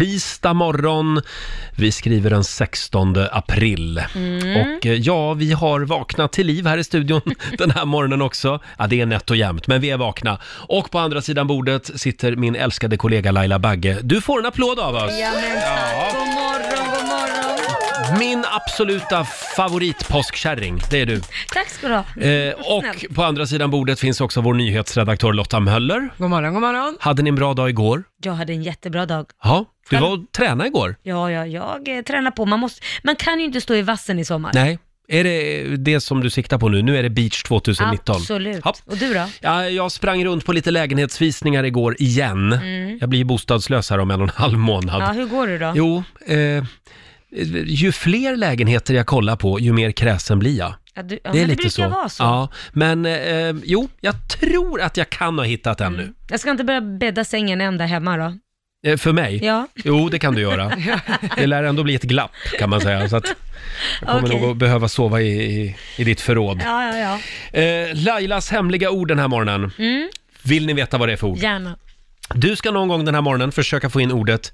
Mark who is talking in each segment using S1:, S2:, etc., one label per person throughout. S1: tisdag morgon. Vi skriver den 16 april. Och eh, ja, vi har vaknat till liv här i studion den här morgonen också. Ja, det är nätt och jämnt, men vi är vakna. Och på andra sidan bordet sitter min älskade kollega Laila Bagge. Du får en applåd av oss!
S2: Ja, men tack. God morgon, god morgon.
S1: Min absoluta favoritpåskkärring, det är du.
S2: Tack ska du ha.
S1: Eh, och på andra sidan bordet finns också vår nyhetsredaktör Lotta Möller.
S3: God morgon, god morgon.
S1: Hade ni en bra dag igår?
S2: Jag hade en jättebra dag.
S1: Ja, du var och tränade igår.
S2: Ja, ja, jag eh, tränar på. Man, måste, man kan ju inte stå i vassen i sommar.
S1: Nej, är det det som du siktar på nu? Nu är det beach 2019.
S2: Absolut.
S1: Ja.
S2: Och du då?
S1: Ja, jag sprang runt på lite lägenhetsvisningar igår igen. Jag blir ju bostadslös här om en och en halv månad.
S2: Mm. Ja, hur går det då?
S1: Jo, eh, ju fler lägenheter jag kollar på, ju mer kräsen blir jag.
S2: Ja, du, ja,
S1: Det är
S2: men
S1: lite
S2: det brukar
S1: så.
S2: vara så.
S1: Ja, men eh, jo, jag tror att jag kan ha hittat en
S2: Jag ska inte börja bädda sängen ända hemma då.
S1: nu. Eh, för mig.
S2: Ja,
S1: Jo, det kan du göra. Det lär ändå bli ett glapp kan man säga. Så att jag kommer
S2: Okej.
S1: nog att behöva sova i, i, i ditt förråd.
S2: ja, ja, ja.
S1: Eh, Lailas hemliga ord den här morgonen.
S2: Mm,
S1: Vill ni veta vad det är för ord?
S2: gärna.
S1: Du ska någon gång den här morgonen försöka få in ordet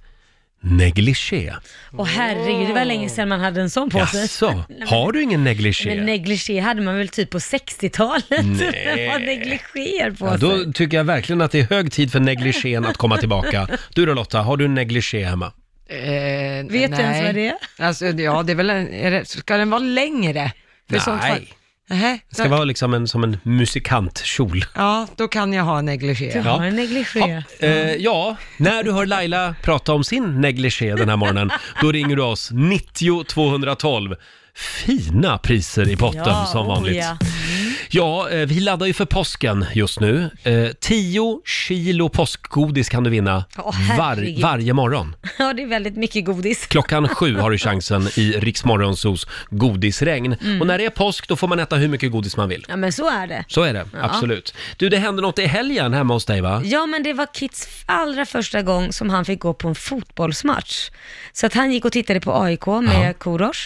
S1: negligé.
S2: Och herregud, det var länge sedan man hade en sån på sig.
S1: Jaså, har du ingen
S2: Men
S1: negligé?
S2: negligé hade man väl typ på 60-talet?
S1: Nej.
S2: Man negligerar på
S1: Ja,
S2: sig.
S1: då tycker jag verkligen att det är hög tid för negligén att komma tillbaka. Du då Lotta, har du en negligé hemma?
S3: Eh,
S2: Vet du ens vad det är?
S3: Alltså, ja, det är väl en, är det, ska den vara längre? För i sånt fall-
S1: Nej.
S3: Nähä,
S1: Det ska
S3: då,
S1: vara liksom en, som en musikantkjol.
S3: Ja, då kan jag ha negligé.
S2: Du
S1: Ja.
S2: har en negligé.
S1: Eh,
S2: Mm.
S1: ja, när du hör Laila prata om sin negligé den här morgonen, då ringer du oss 90 212. Fina priser i potten som vanligt.
S2: oh ja.
S1: Ja, eh, vi laddar ju för påsken just nu. Eh, 10 kilo påskgodis kan du vinna
S2: Åh,
S1: var,
S2: herregud.
S1: varje morgon.
S2: ja, det är väldigt mycket godis.
S1: Klockan sju har du chansen i Riksmorgonsos godisregn. Och när det är påsk, då får man äta hur mycket godis man vill.
S2: Mm. Ja, men så är det.
S1: Så är det, absolut. Du, det hände något i helgen hemma hos dig va?
S2: Ja, men det var Kits allra första gång som han fick gå på en fotbollsmatch. Så att han gick och tittade på AIK med
S1: Ja.
S2: Korosh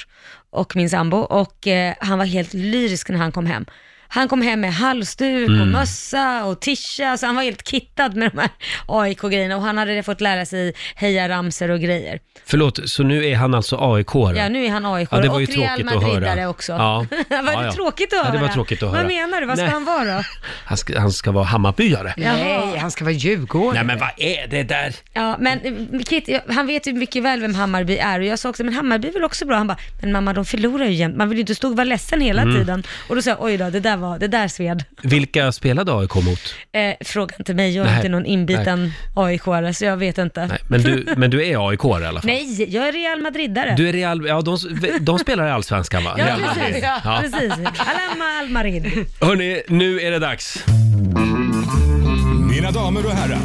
S2: och min sambo och eh, han var helt lyrisk när han kom hem. Han kom hem med halsduk
S1: Mm.
S2: och mössa och tisha, så han var helt kittad med de här AIK-grejerna och han hade fått lära sig hejaramsor och grejer.
S1: Förlåt, så nu är han alltså AIK-are?
S2: Ja, nu är han AIK
S1: Ja, det var ju
S2: och Real
S1: tråkigt att höra.
S2: Madridare också.
S1: Ja.
S2: var
S1: Ja,
S2: det
S1: ja.
S2: tråkigt att
S1: Ja,
S2: höra?
S1: det var tråkigt att höra.
S2: Vad menar du? Vad ska
S1: Nej.
S2: han vara då?
S1: Han ska, han ska vara Hammarbyare.
S3: Nej, han ska vara djurgården.
S1: Nej men vad är det där?
S2: Ja, men eh, Kit, jag- han vet ju mycket väl vem Hammarby är och jag sa också, men Hammarby är väl också bra? Han bara, men mamma de förlorar ju jämt, man vill ju inte stå och vara ledsen hela
S1: Mm.
S2: tiden. Och då sa jag, oj då, det där var, det där sved.
S1: Vilka spelade AIK mot?
S2: Eh, fråga inte mig, jag är
S1: Nej.
S2: inte någon inbiten AIK-are, så jag vet inte.
S1: Nej,
S2: Nej,
S1: men, du, men du är AIK i alla fall?
S2: jag är Real Madridare.
S1: Du är Real, ja, de, de spelar i Allsvenskan va?
S2: Ja,
S1: Real Madrid.
S2: precis.
S1: Ja.
S2: precis. Alama Almarin.
S1: Hörni, nu är det dags.
S4: Mina damer och herrar,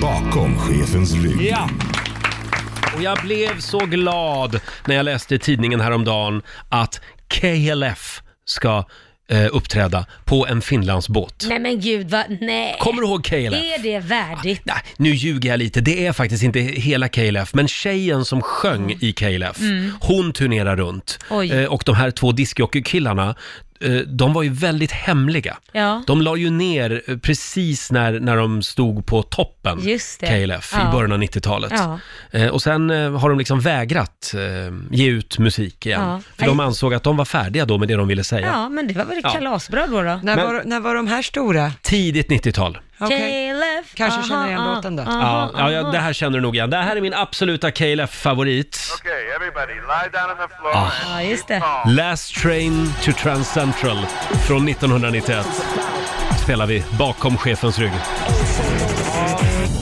S4: bakom chefens rygg.
S1: Ja! Och jag blev så glad när jag läste i tidningen häromdagen att KLF ska eh, uppträda på en Finlandsbåt.
S2: Nej men gud, vad, nej.
S1: Kommer du ihåg KLF?
S2: Är det värdigt?
S1: Nej, nu ljuger jag lite. Det är faktiskt inte hela KLF, men tjejen som sjöng i KLF, hon turnerar runt.
S2: Mm. Oj.
S1: Eh, och de här två discjockeykillarna, eh, de var ju väldigt hemliga.
S2: Ja.
S1: De la ju ner eh, precis när, när de stod på toppen,
S2: Just det.
S1: KLF,
S2: Ja.
S1: i början av 90-talet.
S2: Ja.
S1: Eh, och sen eh, har de liksom vägrat eh, ge ut musik igen.
S2: Ja.
S1: För de ansåg att de var färdiga då med det de ville säga.
S2: Ja, men det var väl
S1: Ja.
S2: kalasbra då då?
S3: När,
S1: Men-
S3: var, när var de här stora?
S1: Tidigt 90-tal.
S3: Okej.
S2: KLF.
S3: Kanske
S2: aha,
S3: känner igen
S2: aha,
S3: låten då.
S1: Ja,
S2: aha,
S1: ja, ja,
S2: aha.
S1: det här känner du nog igen. Det här är min absoluta KLF-favorit.
S5: Okay, everybody, lie down on the floor.
S1: Ah.
S2: Ja, just det.
S1: Last Train to Trans Central från 1991 spelar vi bakom chefens rygg.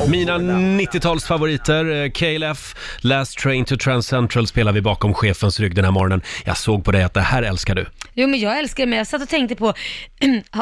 S1: Mina 90-talsfavoriter, eh, KLF, Last Train to Trans Central spelar vi bakom chefens rygg den här morgonen. Jag såg på dig att det här älskar du.
S2: Jo men jag älskar det, men jag satt och tänkte på,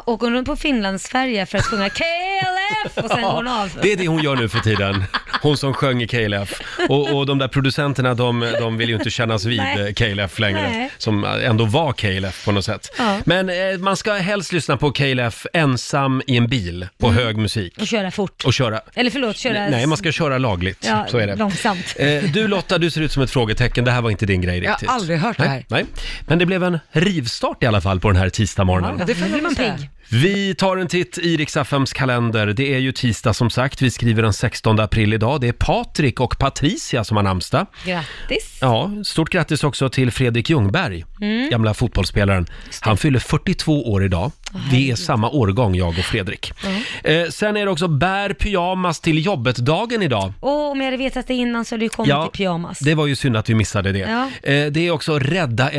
S2: åker hon runt på Finlandsfärja för att sjunga KLF och sen går hon av?
S1: Det är det hon gör nu för tiden, hon som sjöng i KLF. Och, och de där producenterna, de, de vill ju inte kännas vid
S2: Nej.
S1: eh, KLF längre,
S2: Nej.
S1: som ändå var KLF på något sätt.
S2: Ja.
S1: Men eh, man ska helst lyssna på KLF ensam i en bil på
S2: Mm.
S1: hög musik.
S2: Och köra fort.
S1: Och köra.
S2: Eller förlåt, köra...
S1: Nej, man ska köra lagligt.
S2: Ja,
S1: så är det.
S2: långsamt.
S1: Eh, Du Lotta, du ser ut som ett frågetecken. Det här var inte din grej
S3: Jag har
S1: riktigt.
S3: aldrig hört det
S1: nej,
S3: här.
S1: Nej. Men det blev en rivstart i alla fall på den här tisdagsmorgonen.
S3: Ja, det får
S2: Nu blir man
S3: säga.
S2: pigg.
S1: Vi tar en titt i Riks-FMs kalender. Det är ju tisdag som sagt. Vi skriver den 16 april idag. Det är Patrik och Patricia som har namnsdag.
S2: Grattis.
S1: Ja, stort grattis också till Fredrik Ljungberg,
S2: Mm.
S1: gamla fotbollsspelaren. Han fyller 42 år idag. Vi är samma årgång, jag och Fredrik. Eh, sen är det också bär pyjamas till jobbet-dagen idag.
S2: Och om jag hade vetat det innan så hade du kommit i pyjamas.
S1: det var ju synd att vi missade det.
S2: Ja.
S1: Eh, det är också rädda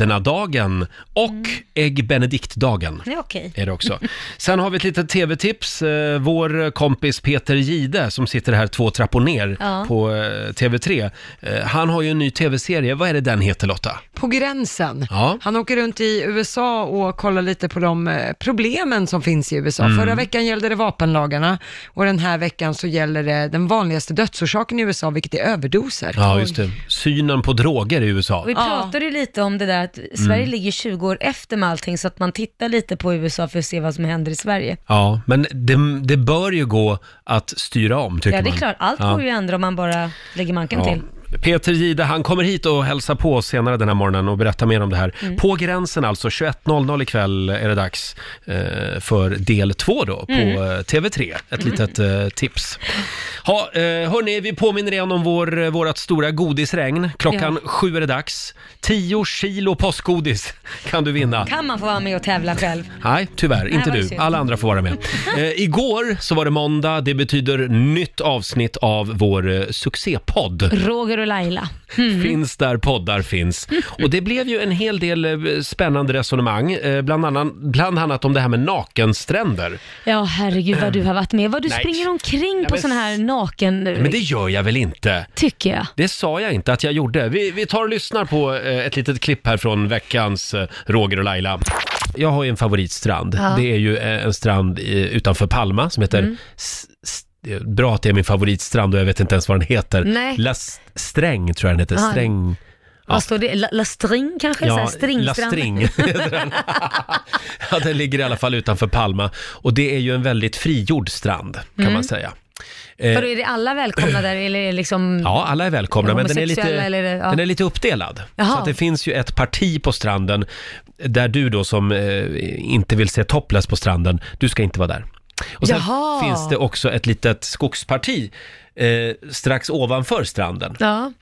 S1: elefanterna-dagen och
S2: Mm.
S1: ägg benedikt-dagen
S2: Nej, okej.
S1: är det också. Sen har vi ett litet tv-tips. Eh, Vår kompis Peter Gide som sitter här två trappor ner
S2: Ja.
S1: på eh, TV3. Eh, Han har ju en ny tv-serie. Vad är det den heter Lotta?
S3: På gränsen.
S1: Ja.
S3: Han åker runt i USA och kollar lite på de eh, problemen som finns i USA.
S1: Mm.
S3: Förra veckan gällde det vapenlagarna och den här veckan så gäller det den vanligaste dödsorsaken i USA, vilket är överdoser.
S1: Ja, just det. Synen på droger i USA.
S2: Och vi
S3: Ja.
S2: pratade ju lite om det där att Sverige
S1: Mm.
S2: ligger 20 år efter med allting så att man tittar lite på USA för att se vad som händer i Sverige.
S1: Ja, men det, det bör ju gå att styra om tycker
S2: Ja det är
S1: man.
S2: klart, allt
S1: Ja.
S2: går ju att ändra om man bara lägger manken
S1: Ja.
S2: till.
S1: Peter Gide, han kommer hit och hälsar på oss senare den här morgonen och berättar mer om det här.
S2: Mm.
S1: På gränsen alltså, 21.00 ikväll är det dags eh, för del två då på
S2: Mm.
S1: eh, TV3. Ett litet eh, tips. Ha, eh, hörni, vi påminner igen om vår, eh, vårat stora godisregn. Klockan sju är det dags. 10 kilo påskgodis kan du vinna.
S2: Kan man få vara med och tävla själv?
S1: Nej, tyvärr. Inte
S2: vad
S1: du.
S2: synd.
S1: Alla andra får vara med. Eh, igår så var det måndag. Det betyder nytt avsnitt av vår eh, succépodd.
S2: Roger och Laila.
S1: Finns där poddar finns.
S2: Mm.
S1: Och det blev ju en hel del eh, spännande resonemang, eh, bland annat, bland annat om det här med nakenstränder.
S2: Ja herregud vad du har varit med. Vad du
S1: Nej.
S2: springer omkring på
S1: men-
S2: sån här naken,
S1: Men det gör jag väl inte?
S2: tycker jag.
S1: Det sa jag inte att jag gjorde. Vi, vi tar och lyssnar på eh, ett litet klipp här från veckans eh, Roger och Laila. Jag har ju en favoritstrand.
S2: Ja. Mm.
S1: Det är ju eh, en strand eh, utanför Palma som heter... S- S- det är Bra att det är min favoritstrand och jag vet inte ens vad den heter.
S2: Nej.
S1: La S- Sträng tror jag den heter.
S2: Ja.
S1: Sträng.
S2: Vad står det? La, la String kanske? så här,
S1: La
S2: stringstrand.
S1: String Eh. heter den. ja, den ligger i alla fall utanför Palma. Och det är ju en väldigt frigjord strand, kan
S2: Mm.
S1: man säga. Eh,
S2: Vadå, är det alla välkomna där eller är det liksom...
S1: Ja, alla är välkomna,
S2: Är
S1: men den är, lite,
S2: homosexuella eller är det- ja.
S1: den är lite uppdelad.
S2: Jaha.
S1: Så att det finns ju ett parti på stranden, där du då som eh, inte vill se topless på stranden, du ska inte vara där. Och sen
S2: Jaha.
S1: finns det också ett litet skogsparti eh, strax ovanför stranden.
S2: Ja.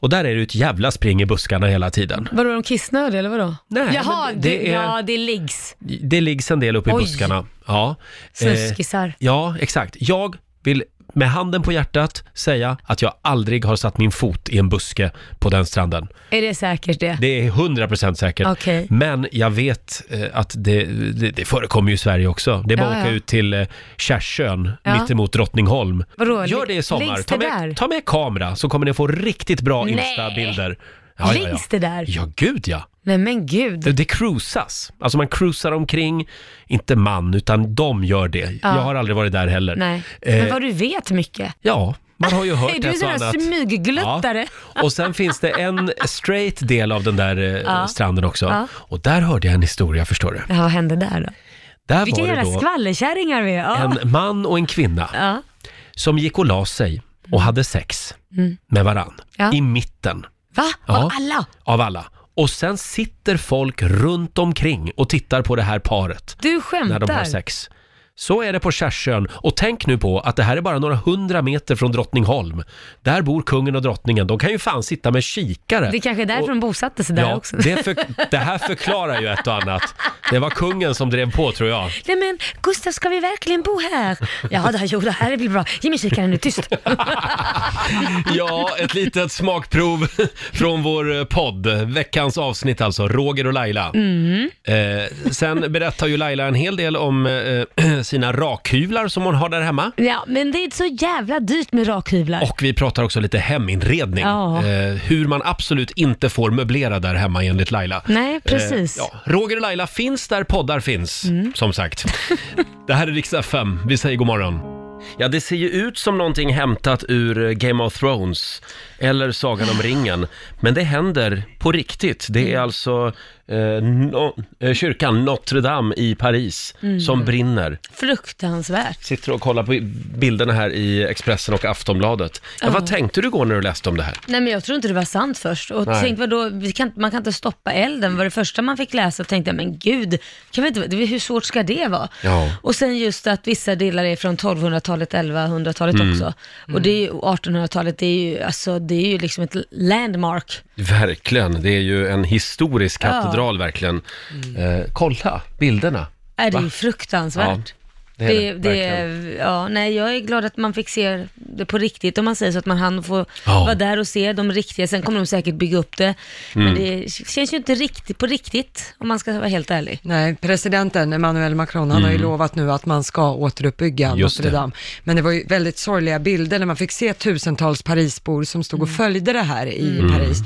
S1: Och där är det ju ett jävla spring i buskarna hela tiden.
S2: Vadå, är de kissnödiga eller vadå?
S1: Nej,
S2: Jaha,
S1: men
S2: det
S1: det
S2: du,
S1: är-
S2: ja det liggs.
S1: Det ligger en del uppe i
S2: Oj.
S1: buskarna. Ja. Eh,
S2: Snuskisar.
S1: Ja, exakt. Jag vill med handen på hjärtat säga att jag aldrig har satt min fot i en buske på den stranden.
S2: Är det säkert det?
S1: Det är 100% säkert.
S2: Okej.
S1: Men jag vet eh, att det, det, det förekommer ju i Sverige också. Det är bara
S2: Ja,
S1: att åka
S2: ja.
S1: ut till eh, Kärsön,
S2: Ja.
S1: mittemot Drottningholm.
S2: Vadå,
S1: Gör det i sommar.
S2: liggs
S1: Ta
S2: det där?
S1: med, ta med kamera så kommer ni få riktigt bra
S2: Nej.
S1: Insta-bilder.
S2: Liggs det där?
S1: Ja, gud ja.
S2: Nej men gud.
S1: Det, det cruisas. Alltså man cruisar omkring, inte man, utan de gör det. Jag har aldrig varit där heller.
S2: Nej.
S1: Eh,
S2: Men vad du vet mycket.
S1: Ja, man har ju hört
S2: Är du
S1: ett
S2: sån
S1: och
S2: där
S1: annat.
S2: smyggluttare?
S1: Ja. Och sen finns det en straight del av den där eh, stranden också.
S2: Ja.
S1: Och där hörde jag en historia, förstår du.
S2: Ja, vad hände där då?
S1: Där
S2: Vilka
S1: var det
S2: jävla
S1: då
S2: skvallerkärringar vi är. Ja.
S1: en man och en kvinna
S2: Ja.
S1: som gick och la sig och hade sex med varann
S2: Ja.
S1: i mitten
S2: Mm. Va?
S1: Ja.
S2: Av alla?
S1: av alla. Och sen sitter folk runt omkring och tittar på det här paret.
S2: Du
S1: när de har
S2: skämtar?
S1: sex. Så är det på Kärsön. Och tänk nu på att det här är bara några hundra meter från Drottningholm. Där bor kungen och drottningen. De kan ju fan sitta med kikare.
S2: Det är kanske är därför de bosatte sig där
S1: ja,
S2: också.
S1: det, för, det här förklarar ju ett och annat. Det var kungen som drev på tror jag.
S2: Nej men Gustav, ska vi verkligen bo här? Ja, det här, jo, det här blir bra. Ge mig kikaren nu, tyst.
S1: Ja, ett litet smakprov från vår eh, podd. Veckans avsnitt alltså, Roger och Laila.
S2: Mm.
S1: Eh, sen berättar ju Laila en hel del om eh, sina rakhyvlar som hon har där hemma.
S2: Ja, men det är så jävla dyrt med rakhyvlar.
S1: Och vi pratar också lite heminredning.
S2: Ja.
S1: Eh, hur man absolut inte får möblera där hemma enligt Laila.
S2: Nej, precis. Mm.
S1: Eh, ja. Roger och Laila finns där poddar finns, som sagt. det här är Riksdag 5. Vi säger god morgon. Ja, det ser ju ut som någonting hämtat ur eh, Game of
S2: Mm.
S1: Thrones eller Sagan om ringen. Men det händer på riktigt. Det är alltså eh, no, eh, kyrkan Notre Dame i Paris
S2: Mm.
S1: som brinner.
S2: Fruktansvärt.
S1: Sitter och kollar på bilderna här i Expressen och Aftonbladet. Ja, Vad tänkte du igår när du läste om det här?
S2: Nej men jag tror inte det var sant först. Och
S1: Nej.
S2: tänkte vadå, vi kan, man kan inte stoppa elden. var det första man fick läsa och tänkte, men gud, kan vi inte, det- hur svårt ska det vara?
S1: Ja.
S2: Och sen just att vissa delar är från 1200-talet, 1100-talet
S1: Mm.
S2: också. Och det är ju, 1800-talet, det är ju, alltså, det är ju liksom ett landmark.
S1: Verkligen, det är ju en historisk
S2: Ja.
S1: katedral verkligen. Eh, kolla bilderna.
S2: Är det
S1: Va?
S2: är ju fruktansvärt.
S1: det
S2: Det, det,
S1: verkligen.
S2: ja, nej, jag är glad att man fick se det på riktigt, om man säger så, att man hann få
S1: Ja.
S2: vara där och se de riktiga. Sen kommer de säkert bygga upp det,
S1: Mm.
S2: men det känns ju inte riktigt på riktigt, om man ska vara helt ärlig.
S3: Nej, presidenten Emmanuel Macron, han har ju lovat nu att man ska återuppbygga
S1: Mm. Just
S3: Notre
S1: det.
S3: Dame. Men det var ju väldigt sorgliga bilder när man fick se tusentals Parisbor som stod och följde det här i Paris.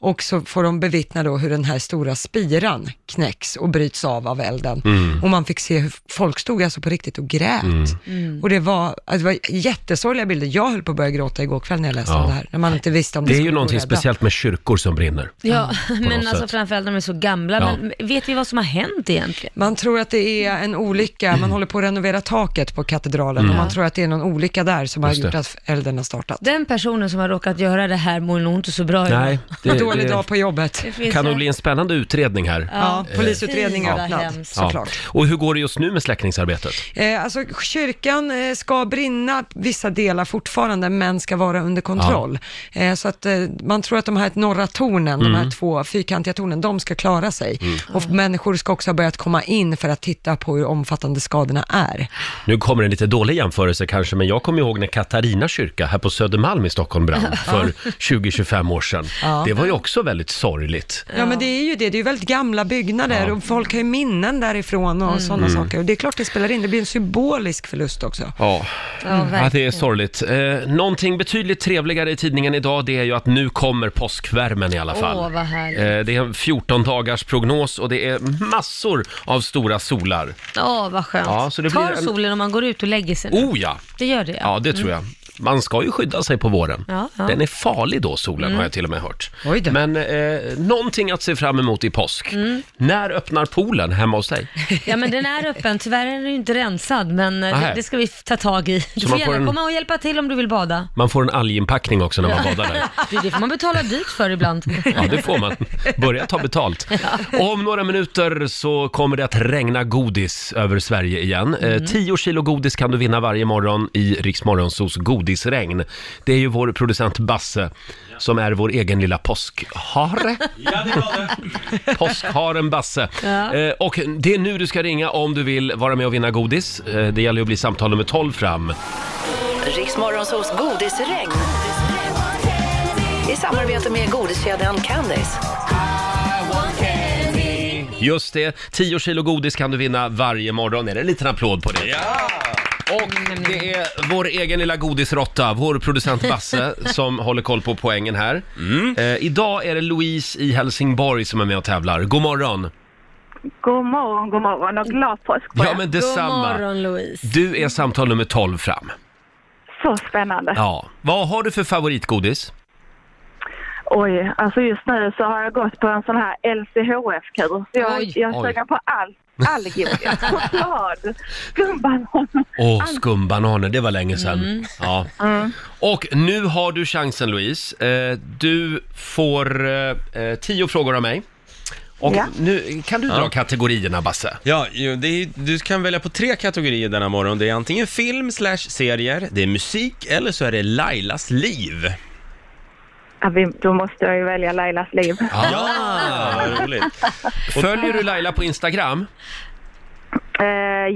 S3: Och så får de bevittna då hur den här stora spiran knäcks och bryts av av elden.
S1: Mm.
S3: Och man fick se hur folk stod alltså på riktigt och grät.
S1: Mm.
S3: Och det var, alltså det var jättesorgliga bilder. Jag höll på att börja gråta igår kväll när jag läste
S1: Ja.
S3: om det här. När man inte visste om det
S1: Det är ju
S3: skulle gå
S1: någonting
S3: rädda.
S1: speciellt med kyrkor som brinner.
S2: Ja, men
S1: något
S2: alltså
S1: sätt.
S2: framförallt när de är så gamla.
S1: Ja.
S2: Men vet vi vad som har hänt egentligen?
S3: Man tror att det är en olycka, man håller på att renovera taket på katedralen och man tror att det är någon olycka där som har
S1: Mm. Just
S3: gjort
S1: det.
S3: att elden har startat.
S2: Den personen som har råkat göra det här mår nog inte så bra idag.
S1: Nej, det,
S3: Dålig
S1: det
S3: dag på jobbet.
S2: Det finns
S1: kan nog
S2: en-
S1: bli en spännande utredning här.
S3: Ja, polisutredning
S2: fy vad
S3: öppnad,
S2: hemskt.
S3: såklart.
S1: Och hur går det just nu med släckningsarbetet?
S3: Eh, alltså, kyrkan eh, ska brinna vissa delar fortfarande, men ska vara under kontroll. Eh, så att eh, man tror att de här norra tornen, de
S1: Mm.
S3: här två fyrkantiga tornen, de ska klara sig. Och människor ska också ha börjat komma in för att titta på hur omfattande skadorna är.
S1: Nu kommer en lite dålig jämförelse kanske, men jag kommer ihåg när Katarina kyrka här på Södermalm i Stockholm brann för 20-25 år sedan. Det var ju också väldigt sorgligt.
S3: Ja, men det är ju det. Det är ju väldigt gamla byggnader och folk har ju minnen därifrån
S1: Mm.
S3: och sådana saker. Och det är klart det spelar in. Det blir en symbolisk förlust också.
S1: Ja, Mm.
S2: Ja,
S1: ja det
S2: verkligen.
S1: är sorgligt. Eh, någonting betydligt trevligare i tidningen idag, det är ju att nu kommer påskvärmen i alla fall.
S2: Åh, vad härligt.
S1: Eh, det är en 14 dagars prognos och det är massor av stora solar.
S2: Ja, vad skönt.
S1: Ja, så det
S2: Tar
S1: blir en-
S2: solen om man går ut och lägger sig? nu?
S1: Oh ja!
S2: Det gör det ja. Mm.
S1: Ja, det tror jag. Man ska ju skydda sig på våren.
S2: Ja, Mm. ja.
S1: Den är farlig då, solen, har jag till och med hört.
S3: Oj då.
S1: Men eh, någonting att se fram emot i påsk. När öppnar poolen hemma hos dig?
S2: Mm. Ja, men den är öppen. Tyvärr är den ju inte rensad, men eh,
S1: Nej.
S2: det, det ska vi ta tag i. Du
S1: Ah, Så
S2: får
S1: man får
S2: gärna
S1: en-
S2: komma och hjälpa till om du vill bada.
S1: Man får en alginpackning också när man badar där.
S2: Du, det får man betala dyrt för ibland.
S1: Ja, det får man. Börja ta betalt. Om några minuter så kommer det att regna godis över Sverige igen. Eh, 10 kilo godis kan du vinna varje morgon i Riksmorgonsos godisregn. Det är ju vår producent Basse som är vår egen lilla påskhare. Påskharen Basse. Eh, och det är nu du ska ringa om du vill vara med och vinna godis. Eh, det gäller ju att bli samtal nummer 12 fram.
S6: Riksmorgonsols godisregn. I samarbete med godiskedjan Candice.
S1: Just det, 10 kilo godis kan du vinna varje morgon. Är det en liten applåd på det? Och det är vår egen lilla godisrotta, vår producent Basse, som håller koll på poängen här. Eh, idag är det Louise i Helsingborg som är med och tävlar. God morgon!
S7: God morgon, god morgon och glad påsk på
S1: Ja,
S7: er.
S1: men
S2: God
S1: detsamma.
S2: morgon Louise.
S1: Du är samtal nummer 12 fram.
S7: Så spännande.
S1: Ja. Vad har du för favoritgodis?
S7: Oj, alltså just nu så har jag gått på en sån här LCHF-kur. Så jag,
S2: Oj.
S7: jag är
S1: Oj.
S7: sugen på allt. All godis, choklad, skumbanan.
S1: Åh, skumbananer, det var länge sedan.
S7: Mm.
S1: Ja. Och nu har du chansen Louise. Eh, du får eh, eh, tio frågor av mig. Och
S7: Ja.
S1: nu, kan du dra kategorierna Basse?
S8: Ja, ju, det är, du kan välja på tre kategorier denna morgon. Det är antingen film slash serier, det är musik eller så är det Lailas liv.
S7: Ja, vi, då måste jag ju välja Lailas liv.
S8: Ja, vad roligt.
S1: Följer du Laila på Instagram?
S7: Eh,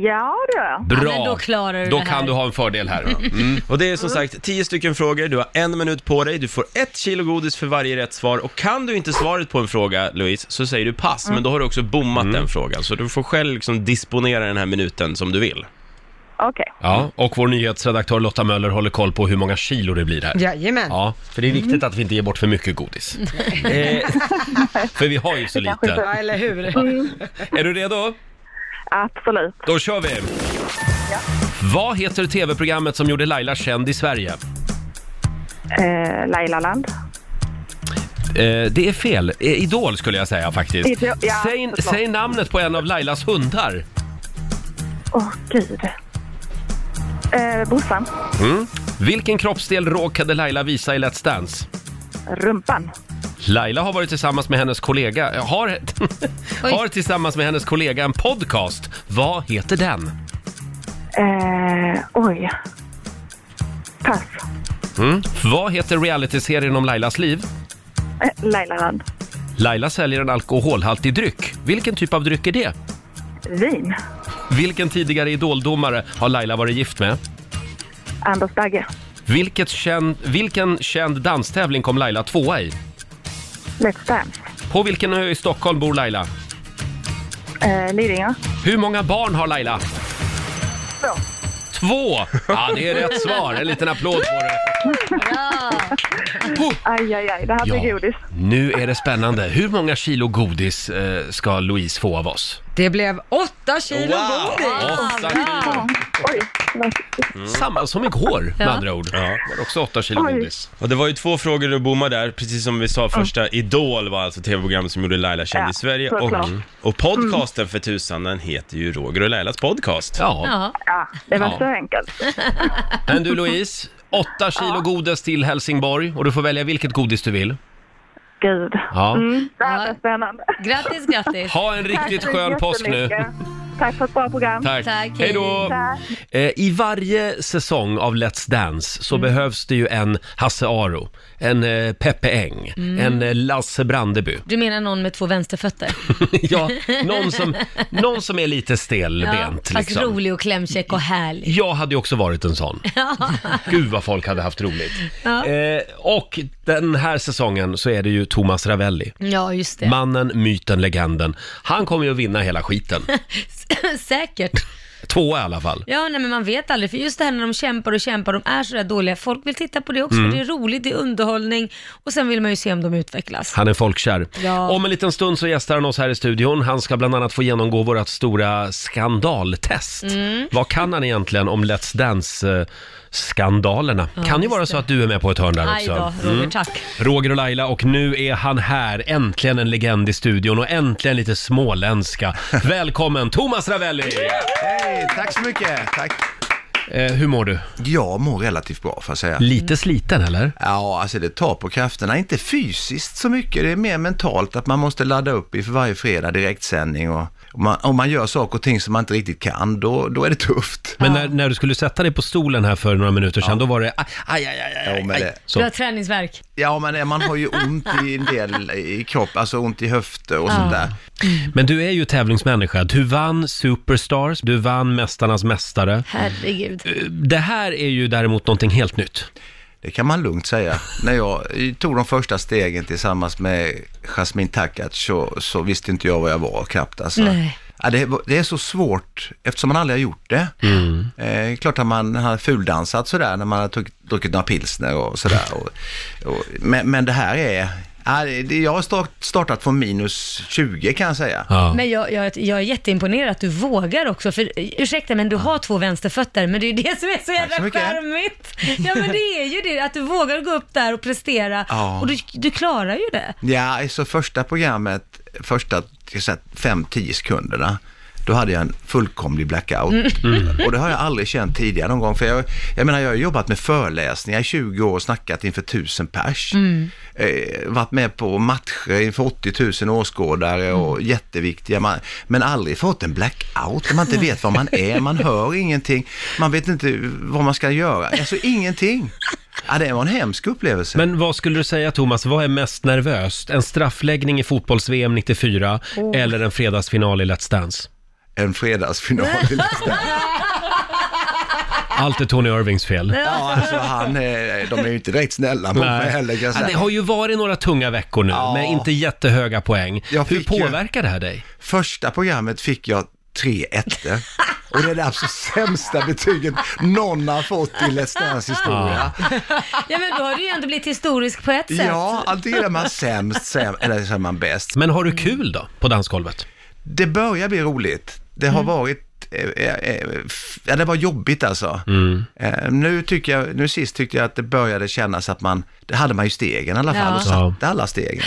S7: ja, det gör jag.
S1: Bra!
S2: Ja, men då klarar du
S1: Då
S2: det här.
S1: kan du ha en fördel här. Mm.
S8: Och det är som sagt tio stycken frågor, du har en minut på dig, du får ett kilo godis för varje rätt svar och kan du inte svaret på en fråga, Louise, så säger du pass,
S2: Mm.
S8: men då har du också bommat
S1: Mm.
S8: den frågan. Så du får själv liksom disponera den här minuten som du vill.
S7: Okej.
S1: Ja, och vår nyhetsredaktör Lotta Möller håller koll på hur många kilo det blir här.
S3: Jajamän.
S1: Ja, för det är viktigt att vi inte ger bort för mycket godis. Eh, för vi har ju så lite.
S3: eller hur?
S1: Mm. Är du redo?
S7: Absolut.
S1: Då kör vi! Vad heter tv-programmet som gjorde Laila känd i Sverige?
S7: Eh, Lailaland.
S1: Eh, det är fel. Eh, Idol skulle jag säga faktiskt.
S7: Idol, ja,
S1: säg,
S7: förlåt.
S1: säg namnet på en av Lailas hundar.
S7: Åh, gud. Eh, brorsan.
S1: Mm? Vilken kroppsdel råkade Laila visa i Let's Dance?
S7: Rumpan.
S1: Laila har varit tillsammans med hennes kollega, eh, har, har tillsammans med hennes kollega en podcast. Vad heter den?
S7: Eh, oj. Pass.
S1: Mm. Vad heter realityserien om Lailas liv?
S7: Eh, Lailaland.
S1: Laila säljer en alkoholhaltig dryck. Vilken typ av dryck är det?
S7: Vin.
S1: Vilken tidigare idoldomare har Laila varit gift med?
S7: Anders Bagge.
S1: Vilket känd, vilken känd danstävling kom Laila tvåa i?
S7: Let's Dance.
S1: På vilken ö i Stockholm bor Laila?
S7: Eh, Lidingö.
S1: Hur många barn har Laila?
S7: Två.
S1: Två! Ja, det är rätt svar. En liten applåd på det.
S7: Aj, aj, aj. Det här blir godis.
S1: nu är det spännande. Hur många kilo godis eh, ska Louise få av oss?
S3: Det blev åtta kilo
S8: Wow.
S3: godis.
S1: Åtta kilo. Mm.
S7: Oj. det var-
S8: Mm.
S1: Samma som igår, med andra ord. Ja. Var det också åtta kilo
S7: Oj.
S1: godis?
S8: Och det var ju två frågor du bommade där, precis som vi sa, första Idol var alltså tv-programmet som gjorde Laila känd
S7: Ja,
S8: i Sverige
S7: såklart. Mm.
S8: och, Mm. och podcasten för tusan, den heter ju Roger och Lailas podcast.
S1: Ja.
S2: Ja.
S7: Ja, det var
S1: Ja.
S7: så enkelt.
S1: Men du Louise, åtta kilo godis till Helsingborg och du får välja vilket godis du vill.
S7: Gud.
S1: Ja.
S7: Mm, det här
S2: Ja.
S7: blir spännande.
S2: Grattis, grattis.
S1: Ha en riktigt
S7: Tack så
S1: skön påsk nu.
S7: jättemycket. Tack för ett bra program.
S1: Tack.
S2: Tack,
S1: Hej då!
S2: hej.
S7: Tack.
S1: Eh, I varje säsong av Let's Dance
S7: Mm.
S1: så behövs det ju en Hasse Aro, en eh, Peppe Eng,
S7: Mm.
S1: en eh, Lasse Brandeby.
S2: Du menar någon med två vänsterfötter?
S1: ja, någon som, någon som är lite stelbent
S2: fast
S1: liksom.
S2: rolig och klämkäck och härlig.
S1: Jag hade ju också varit en sån. Gud vad folk hade haft roligt. Eh, och den här säsongen så är det ju Thomas Ravelli.
S2: Ja, just det.
S1: Mannen, myten, legenden. Han kommer ju att vinna hela skiten.
S2: Säkert.
S1: Två i alla fall.
S2: Ja, nej, men man vet aldrig. För just det här när de kämpar och kämpar, de är sådär dåliga. Folk vill titta på det också. Det är roligt, det är underhållning och sen vill man ju se om de utvecklas.
S1: Han är folkkär.
S2: Ja.
S1: Om en liten stund så gästar han oss här i studion. Han ska bland annat få genomgå vårt stora skandaltest.
S2: Mm.
S1: Vad kan han egentligen om Let's Dance-skandalerna? kan ju vara så att du är med på ett hörn där
S2: Aj då,
S1: också. Mm.
S2: Roger, tack.
S1: Roger och Laila och nu är han här. Äntligen en legend i studion och äntligen lite småländska. Välkommen Thomas Ravelli!
S9: Hej, tack så mycket. Tack.
S1: Eh, hur mår du?
S9: Jag mår relativt bra får jag säga.
S1: Lite sliten eller?
S9: Ja, alltså det tar på krafterna. Inte fysiskt så mycket, det är mer mentalt att man måste ladda upp inför varje fredag direktsändning och om man, om man gör saker och ting som man inte riktigt kan, då, då är det tufft.
S1: Men när, när du skulle sätta dig på stolen här för några minuter sedan, då var det aj, aj, aj, aj, aj.
S9: Ja, men det-
S1: Så.
S2: Du har träningsverk.
S9: Ja, men man har ju ont i en del i kropp, alltså ont i höfter och sånt där.
S2: Mm.
S1: Men du är ju tävlingsmänniska. Du vann Superstars, du vann Mästarnas Mästare.
S2: Herregud.
S1: Eh, Det här är ju däremot någonting helt nytt.
S9: Det kan man lugnt säga. När jag eh, tog de första stegen tillsammans med Jasmin Takac så, så visste inte jag vad jag var knappt. Alltså.
S2: Nej.
S9: Ja, det, var- det är så svårt eftersom man aldrig har gjort det.
S1: Mm.
S9: Eh, klart att man har fuldansat sådär när man har tog, druckit några pilsner och sådär. Och, och, men, men det här är... Ja, det- det- jag har start, startat från minus 20 kan jag säga.
S1: Ja.
S2: Men jag, jag, jag är jätteimponerad att du vågar också, för eh, ursäkta men du har två vänsterfötter, men det är ju det som är så jävla
S9: så mycket.
S2: charmigt. Ja men det är ju det, att du vågar gå upp där och prestera,
S9: Ja.
S2: och du, du klarar ju det.
S9: Ja, så första programmet, första 5-10 sekunderna, då hade jag en fullkomlig blackout. Mm. Och det har jag aldrig känt tidigare någon gång. För jag, jag menar, jag har jobbat med föreläsningar i 20 år och snackat inför 1000 pers. Eh, varit med på matcher inför 80 000 åskådare och jätteviktiga. Man, men aldrig fått en blackout där man inte vet var man är, man hör ingenting, man vet inte vad man ska göra. Alltså ingenting. Ja, det var en hemsk upplevelse.
S1: Men vad skulle du säga Thomas, vad är mest nervöst? En straffläggning i fotbolls-VM 94 eller en fredagsfinal i Let's Dance?
S9: Oh. En fredagsfinal i Let's Dance.
S1: Allt är Tony Irvings fel.
S9: Ja, alltså han, eh, de är ju inte direkt snälla mot mig heller kan jag
S1: Ja,
S9: säga.
S1: det har ju varit några tunga veckor nu
S9: Ja.
S1: med inte jättehöga poäng.
S9: Jag
S1: Hur
S9: fick ju-
S1: påverkar det här dig?
S9: Första programmet fick jag tre ettor. Och det är det absolut sämsta betyget någon har fått i Let's Dance historia.
S2: Ja men då har du ju ändå blivit historisk på ett sätt.
S9: Ja, antingen är man sämst, säm- eller så är man bäst.
S1: Men har du kul då på dansgolvet?
S9: Det börjar bli roligt. Det har varit eh, eh, eh, f- ja, det var jobbigt alltså.
S1: Mm.
S9: Eh, Nu tycker jag, nu sist tyckte jag att det började kännas att man, det hade man ju stegen i alla fall
S2: Ja.
S9: och satte alla stegen.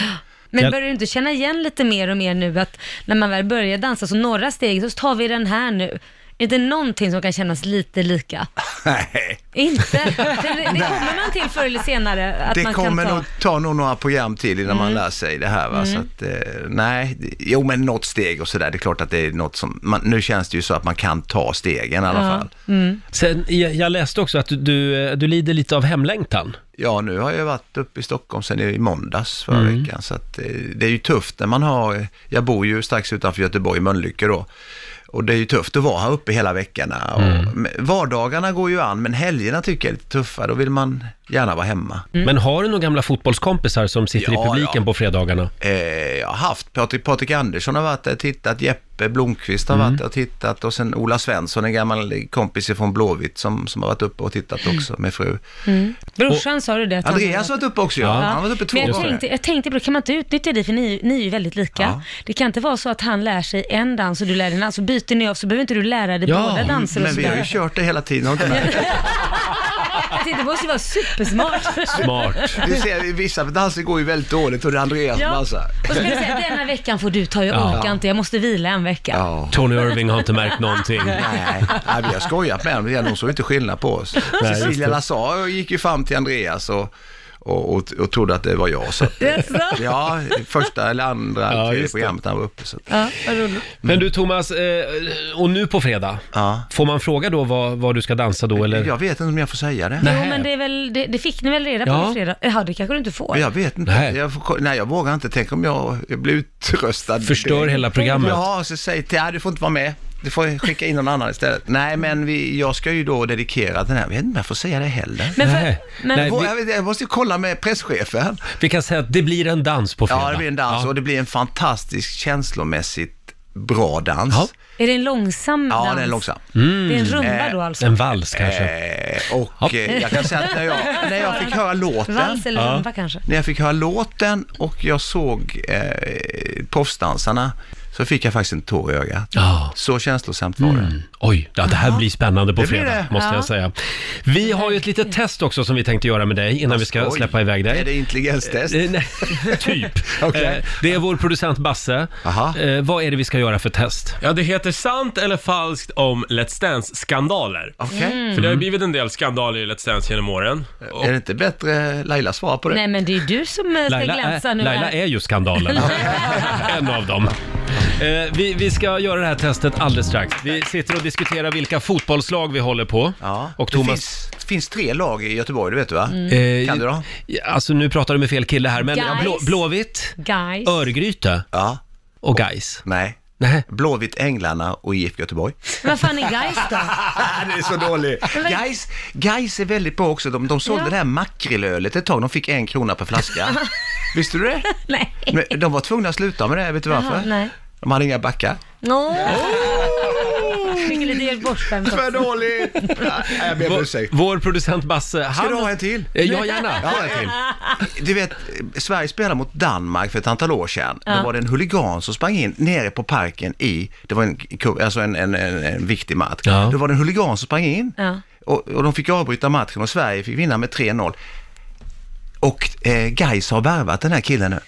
S2: Men
S1: Jag-
S2: börjar du inte känna igen lite mer och mer nu att när man väl börjar dansa, så några steg, så tar vi den här nu. Är det inte någonting som kan kännas lite lika?
S9: Nej,
S2: Inte? För det, det kommer man till förr eller senare. Att
S9: det
S2: man kan
S9: kommer
S2: ta. Mm.
S9: nog ta nog några program till innan man lär sig det här va. Så att, eh, nej, jo men något steg och sådär, det är klart att det är något som, man, nu känns det ju så att man kan ta stegen i alla fall.
S1: Sen, jag jag läste också att du, du, eh, du lider lite av hemlängtan.
S9: Ja, nu har jag varit uppe i Stockholm sedan i måndags förra
S2: Mm.
S9: veckan. Så att, eh, det är ju tufft när man har, jag bor ju strax utanför Göteborg, Mölnlycke då. Och det är ju tufft att vara här uppe hela veckorna.
S2: Mm.
S9: Och, men vardagarna går ju an, men helgerna tycker jag är lite tuffa. Då vill man gärna vara hemma.
S1: Men har du några gamla fotbollskompisar som sitter
S9: Ja,
S1: i publiken
S9: ja.
S1: på fredagarna?
S9: Eh, jag har haft, Patrik, Patrik Andersson har varit där och tittat, Jeppe Blomqvist
S1: Mm.
S9: har varit där och tittat och sen Ola Svensson, en gammal kompis från Blåvitt som, som har varit uppe och tittat
S1: Mm.
S9: också med fru.
S2: Mm. Brorsan sa du det? att han
S9: Andreas har varit uppe också, alltså ja. Han har varit uppe två
S2: Men jag
S9: gånger.
S2: tänkte, jag tänkte på det, kan man inte utnyttja det för ni, ni är ju väldigt lika.
S9: Ja.
S2: Det kan inte vara så att han lär sig en dans och du lär dig en annan, så byter ni av så behöver inte du lära dig
S1: Ja,
S2: båda danser och
S9: Men vi har ju
S2: sådär.
S9: kört det hela tiden. har du inte märkt?
S2: Det måste ju vara supersmart.
S1: Smart.
S9: Du ser, vissa danser går ju väldigt dåligt och det är Andreas som
S2: Ja. Och
S9: dansar.
S2: så kan du säga, denna veckan får du ta, jag
S1: Ja.
S2: orkar inte, jag måste vila en vecka.
S9: Ja.
S1: Tony Irving har inte märkt någonting.
S9: Nej, nej, vi har skojat med honom. De såg inte skillnad på oss.
S1: just
S9: Cecilia
S1: det.
S9: Lazar gick ju fram till Andreas och, och, och, och trodde att det var jag. Så att,
S2: Jaså?
S9: ja, första eller andra
S1: Ja,
S9: eller tredje
S1: just det.
S9: programmet han var uppe. Så att,
S2: Ja, vad roligt.
S1: Men du Thomas, eh, och nu på fredag,
S9: Ja.
S1: får man fråga då vad, vad du ska dansa då eller?
S9: Jag vet inte om jag får säga det.
S2: Jo, men det, är väl, det, det fick ni väl reda på
S1: Ja.
S2: i fredag? Ja, det kanske du inte får.
S9: Men Jag vet inte.
S1: Nej.
S9: Jag, får, nej, jag vågar inte. Tänk om jag, jag blir utröstad.
S1: Förstör
S9: Det-
S1: hela programmet.
S9: Ja, så säg till, nej, du får inte vara med. Du får skicka in någon annan istället. Nej, men vi, jag ska ju då dedikera den här. Jag vet inte om jag får säga det heller.
S2: Men för,
S1: Nej.
S2: men,
S1: Nej,
S9: Vår-
S1: vi,
S9: jag, vet, jag måste ju kolla med presschefen.
S1: vi kan säga att det blir en dans på fredag.
S9: Ja, det blir en dans och det blir en fantastisk känslomässigt bra dans.
S1: Ja.
S9: Ja,
S2: Är det en långsam dans?
S9: den är långsam.
S2: Det är en rumba då alltså?
S1: Mm. En vals kanske.
S9: Eh, och
S1: Ja.
S9: eh, jag kan säga att när jag, när jag fick höra låten,
S2: Vals eller rumba kanske?
S9: när jag fick höra låten och jag såg eh, proffsdansarna så fick jag faktiskt en tår i ögat.
S1: Ja. Mm.
S9: Så känslosamt var det.
S1: Oj, ja, det här blir spännande på
S9: Det blir
S1: fredag,
S9: det.
S1: måste
S2: Ja.
S1: jag säga. Vi har ju ett litet test också som vi tänkte göra med dig innan vi ska
S9: Oj.
S1: släppa iväg dig.
S9: Är det intelligenstest?
S1: Eh, nej, typ.
S9: Okej.
S1: Eh, Det är vår producent Basse.
S9: Aha.
S1: Eh, vad är det vi ska göra för test?
S10: Ja, det heter sant eller falskt om Let's Dance-skandaler.
S9: Okej.
S10: För det har ju blivit en del skandaler i Let's Dance genom åren.
S9: Är det inte bättre Laila svara på det?
S2: Nej, men det är ju du som eh, ska
S1: Laila
S2: glänsa
S1: är,
S2: nu.
S1: Laila
S2: här.
S1: är ju skandalen. en av dem. Eh, vi, vi ska göra det här testet alldeles strax. Vi sitter och diskuterar vilka fotbollslag vi håller på.
S9: Ja.
S1: Och
S9: Det
S1: Thomas...
S9: finns, finns tre lag i Göteborg, det vet du va?
S1: Eh,
S9: Kan du då?
S1: Alltså nu pratar du med fel kille här, men
S2: Guys.
S1: blå, Blåvitt,
S2: Guys.
S1: Örgryte
S9: Ja.
S1: och Gais.
S9: Nej.
S1: Nej.
S9: Blåvitt Änglarna och IFK Göteborg.
S2: Men Vad fan är Guys då?
S9: det är så dålig. Guys, guys är väldigt bra också. De, de sålde
S2: Ja.
S9: det här makrillölet ett tag. De fick en krona per flaska. Visste du det?
S2: Nej.
S9: Men de var tvungna att sluta med det. Vet du
S2: Jaha,
S9: varför?
S2: nej.
S9: De hade inga backar.
S2: No. Fick lite Göteborgsskämt också.
S9: dålig! Äh, Jag ber om
S1: Vår,
S9: ursäkt.
S1: vår producent Basse, han...
S9: Ska du ha en till?
S1: Eh, Ja, gärna.
S9: Ja, en till. Du vet, Sverige spelade mot Danmark för ett antal år sedan. Då var det en huligan som sprang in nere på parken i, det var en, ku- alltså en, en, en, en viktig match.
S1: Ja.
S9: Då var det en huligan som sprang in
S2: Ja.
S9: och, och de fick avbryta matchen och Sverige fick vinna med 3-0. Och eh, Gais har värvat den här killen nu.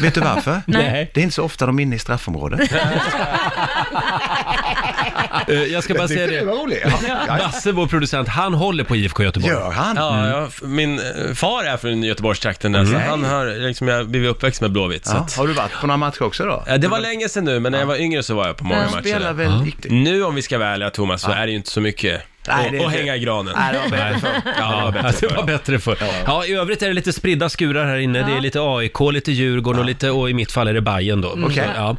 S9: Vet du varför?
S1: Nej.
S9: Det är inte så ofta de är inne i straffområdet.
S1: Eh, Jag ska bara säga det.
S9: roligt.
S1: Basse, vår producent, han håller på IFK Göteborg. Mm.
S9: Gör han?
S10: Ja, ja, f- min eh, far är från Göteborgstrakten där, så han har liksom, jag har blivit uppväxt med Blåvitt. Så
S9: Mm. Ja.
S10: att,
S9: Har du varit på några matcher också då?
S10: Eh, det var länge sedan nu, men när jag var yngre så var jag på många
S9: De
S10: matcher.
S9: spelar
S10: där.
S9: väl riktigt?
S10: Nu om vi ska vara ärliga Thomas, så är det ju inte så mycket
S9: Nej, det är
S10: att- att
S9: inte-
S10: hänga i granen.
S1: Äh,
S9: Nej, det var bättre förr.
S1: Ja, det var bättre förr. Ja, i övrigt är det lite spridda skurar här inne. Det är lite AIK, lite Djurgården och lite, och i mitt fall är det Bayern då.
S9: Okej.
S1: Så, Ja.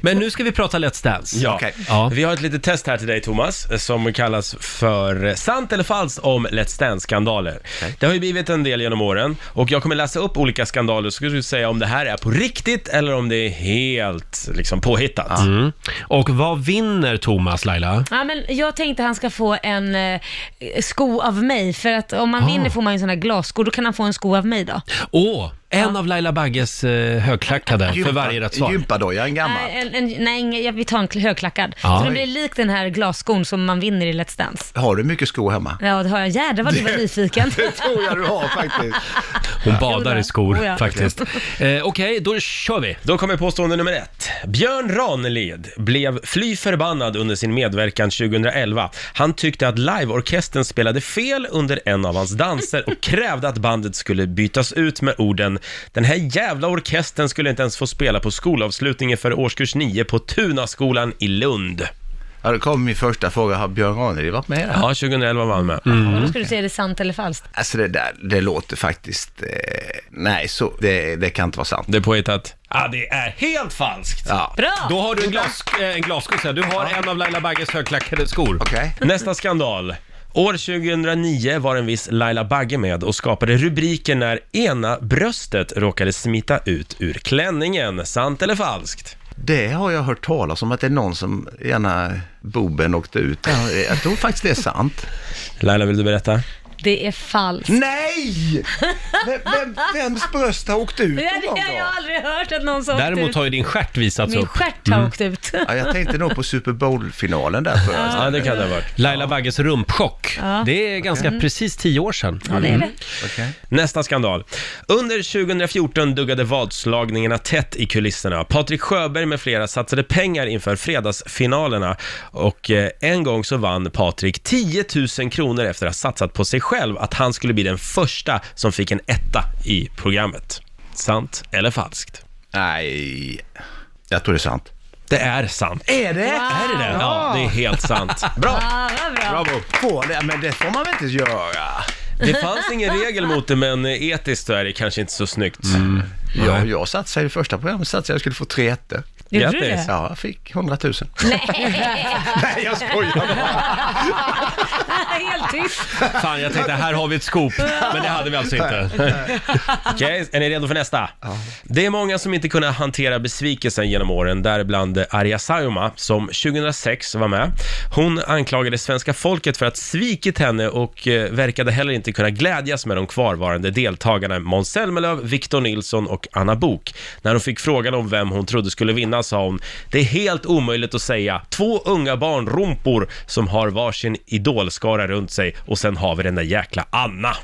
S1: Men nu ska vi prata Let's Dance.
S10: Ja.
S9: Mm. Okej.
S1: Ja.
S10: Vi har ett litet test här till dig Thomas, eh, som kallas för eh, sant eller falskt om Let's Dance-skandaler. Det har ju blivit en del genom åren och jag kommer läsa upp olika skandaler så ska du säga om det här är på riktigt eller om det är helt liksom påhittat.
S1: Mm. Och vad vinner Thomas, Laila?
S2: Ja, men jag tänkte han ska få en eh,
S9: Ah.
S2: sko av mig, för att om man vinner får man ju sådana här glasskor, då kan han få en sko av mig då.
S1: Åh,
S7: En av Laila Bagges eh, högklackade för
S9: Gympa-
S7: varje rätt svar.
S9: Gympadoja, en gammal.
S2: Nej, en, en, nej ingen- jag vill ta en kl- högklackad.
S9: Ja.
S2: Så den blir lik den här glasskon som man vinner i Let's Dance.
S9: Har du mycket skor hemma?
S2: Ja, det har jag. Jädrar vad du var nyfiken.
S9: Det tror jag du har faktiskt.
S7: Hon badar i skor
S2: Oh, ja.
S7: faktiskt. Eh, Okej, då kör vi.
S1: Då kommer påstående nummer ett. Björn Ranelid blev fly förbannad under sin medverkan 2011. Han tyckte att liveorkestern spelade fel under en av hans danser och krävde att bandet skulle bytas ut med orden “Den här jävla orkestern skulle inte ens få spela på skolavslutningen för årskurs 9 på Tunaskolan i Lund”.
S9: Ja, då kommer min första fråga. Har Björn Ranelid varit med i det
S1: Ja, Mm. 2011 var han med.
S2: Då skulle du säga det är sant eller falskt.
S9: Alltså det där, det låter faktiskt... Eh, nej, så, det, det kan inte vara sant.
S1: Det är påhittat. Ja, det är helt falskt!
S9: Ja.
S2: Bra!
S7: Då har du en, glas, eh, en glassko, så här. du har en av Laila Bagges högklackade skor.
S9: Okej.
S1: Nästa skandal. År 2009 var en viss Laila Bagge med och skapade rubriker när ena bröstet råkade smita ut ur klänningen. Sant eller falskt?
S9: Det har jag hört talas om, att det är någon som gärna boben åkte ut. Ja, Jag tror faktiskt det är sant.
S1: Laila, vill du berätta?
S2: Det är falskt.
S9: Nej! Vem, vem, vems bröst har åkt ut
S2: Det
S9: någon
S2: har jag
S9: gång?
S2: aldrig hört att någon sa
S7: Däremot har ju din alltså- Mm. stjärt visats
S2: Min
S7: upp.
S2: stjärt har åkt ut.
S9: Ja, jag tänkte nog på Super Bowl-finalen där för
S1: Ja, det kan det ha varit.
S7: Laila Bagges rumpchock. Det är ganska precis tio år sedan.
S2: Mm. Ja, det är det.
S1: Nästa skandal. Under 2014 duggade vadslagningarna tätt i kulisserna. Patrik Sjöberg med flera satsade pengar inför fredagsfinalerna och eh, en gång så vann Patrik 10 000 kronor efter att ha satsat på sig själv att han skulle bli den första som fick en etta i programmet. Sant eller falskt?
S9: Nej, jag tror det är sant.
S1: Det är sant. Är det? Är det det? Ja, det är helt sant. Bra!
S2: Ja, vad bra.
S9: Bravo. Får det, men det får man väl inte göra?
S1: Det fanns ingen regel mot det, men eh, etiskt så är det kanske inte så snyggt.
S9: Ja, Mm. jag satsade i det första programmet, satsade jag jag skulle få tre ettor.
S2: Gjorde du
S1: Grattis.
S2: det?
S9: Ja, jag fick 100 000. Nej, Nej jag skojar bara.
S2: Helt tyst.
S7: Fan, jag tänkte här har vi ett scoop, men det hade vi alltså inte.
S1: Okej, är ni redo för nästa? Det är många som inte kunnat hantera besvikelsen genom åren, däribland Arja Saijonmaa som 2006 var med. Hon anklagade svenska folket för att svikit henne och eh, verkade heller inte kunna glädjas med de kvarvarande deltagarna Måns Zelmerlöw, Victor Nilsson och Anna Bok. När hon fick frågan om vem hon trodde skulle vinna sa hon “Det är helt omöjligt att säga. Två unga barnrumpor som har varsin idolskara runt sig och sen har vi den där jäkla Anna”.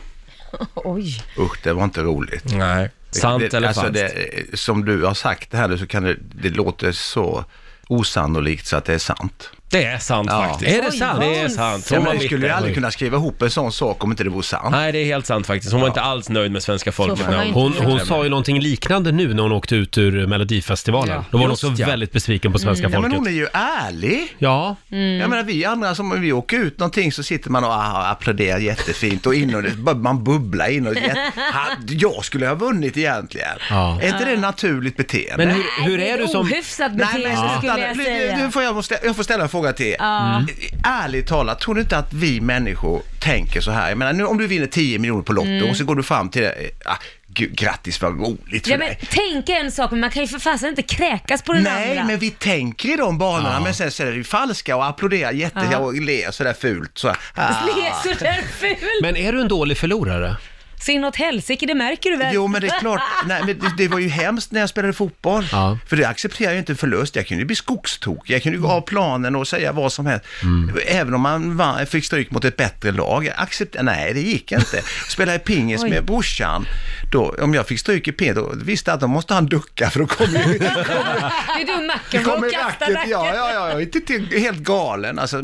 S2: Oj.
S9: Usch, det var inte roligt.
S1: Nej. Sant
S9: det,
S1: eller
S9: alltså
S1: falskt?
S9: det, Som du har sagt här nu så kan det, det låter så osannolikt så att det är sant.
S1: Det är sant
S9: Ja.
S1: faktiskt.
S7: Är det sant?
S1: Det är sant.
S9: Ja,
S1: Hon
S9: men
S1: var
S9: jag skulle ju
S1: mitten.
S9: aldrig kunna skriva ihop en sån sak om inte det vore sant.
S1: Nej, det är helt sant faktiskt. Hon var inte alls nöjd med svenska
S2: Så
S1: folket.
S2: får man
S1: när hon-
S2: ju-
S7: Hon, hon sa ju någonting liknande nu när hon åkte ut ur Melodifestivalen. Då var hon
S1: Just
S7: också
S1: ja.
S7: väldigt besviken på svenska
S9: Mm. Ja, men
S7: folket.
S9: hon är ju ärlig. Mm.
S7: Ja,
S9: Jag menar vi andra som om vi åker ut någonting så sitter man och ah, applåderar jättefint och inåt, man bubblar inåt. jätte- Ha, Jag skulle ha vunnit egentligen.
S7: Ja.
S9: Är inte det naturligt beteende?
S7: men hur, hur är du som...
S2: Ohyfsat
S9: Nej,
S2: beteende
S9: men sluta.
S2: skulle jag
S9: Nu-
S2: säga.
S9: Nu får jag, måste, jag får ställa en fråga till er.
S7: Mm.
S9: Ärligt talat, tror du inte att vi människor tänker så här? Jag menar, nu om du vinner 10 miljoner på Lotto och så går du fram till det. eh, Ah, gud, grattis, vad roligt för
S2: Mm. Ja, men
S9: dig.
S2: tänka en sak, men man kan ju för fasen inte kräkas på den
S9: Nej,
S2: andra.
S9: men vi tänker i de banorna, men sen så är det ju falska och applåderar jätte och ler sådär fult. Så, här, ah.
S2: Le sådär ful.
S7: Men är du en dålig förlorare?
S2: Se inåt helsike, det märker du väl?
S9: Jo, men det är klart. Nej, men det, det var ju hemskt när jag spelade fotboll.
S7: Ja.
S9: För det accepterar jag ju inte en förlust. Jag kunde ju bli skogstokig. Jag kunde ju gå av planen och säga vad som helst.
S7: Mm.
S9: Även om man vann, fick stryk mot ett bättre lag. Jag Accepter, nej, det gick inte. Spelade pingis med brorsan. Då, om jag fick stryk i pingis, då visste jag att då måste han ducka för då kommer ju...
S2: Det är du macken
S9: kommer
S2: och
S9: ju
S2: kastar
S9: racket.
S2: racket.
S9: Ja, ja, ja. Jag är inte till, helt galen. Alltså,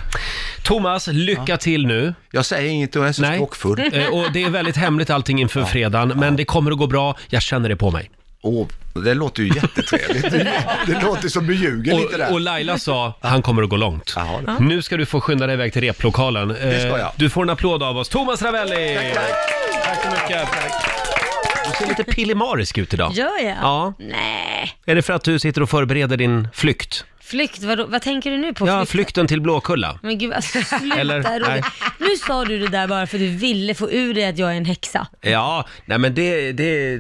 S7: Thomas, lycka till nu.
S9: jag säger inget och jag är så
S7: Nej.
S9: stockfull.
S7: Eh, Och det är väldigt hemligt allting inför fredagen, men det kommer att gå bra. Jag känner det på mig.
S9: Åh, det låter ju jättetrevligt. Det låter som du ljuger lite
S7: Och, och
S9: där.
S7: Laila sa, han kommer att gå långt.
S9: Jaha, det-
S7: Nu ska du få skynda dig iväg till replokalen. Det
S9: ska jag.
S7: Du får en applåd av oss. Thomas Ravelli!
S9: Tack.
S7: Tack så mycket. Du ser lite pillemarisk ut idag.
S2: Gör jag?
S7: Ja.
S2: Nej.
S7: Är det för att du sitter och förbereder din flykt?
S2: Flykt, vadå? vad tänker du nu på?
S7: Ja,
S2: Flykt?
S7: flykten till Blåkulla.
S2: Men gud, alltså, sluta
S7: Eller? Nej.
S2: Roger. Nu sa du det där bara för att du ville få ur dig att jag är en häxa.
S7: Ja, nej men det, det,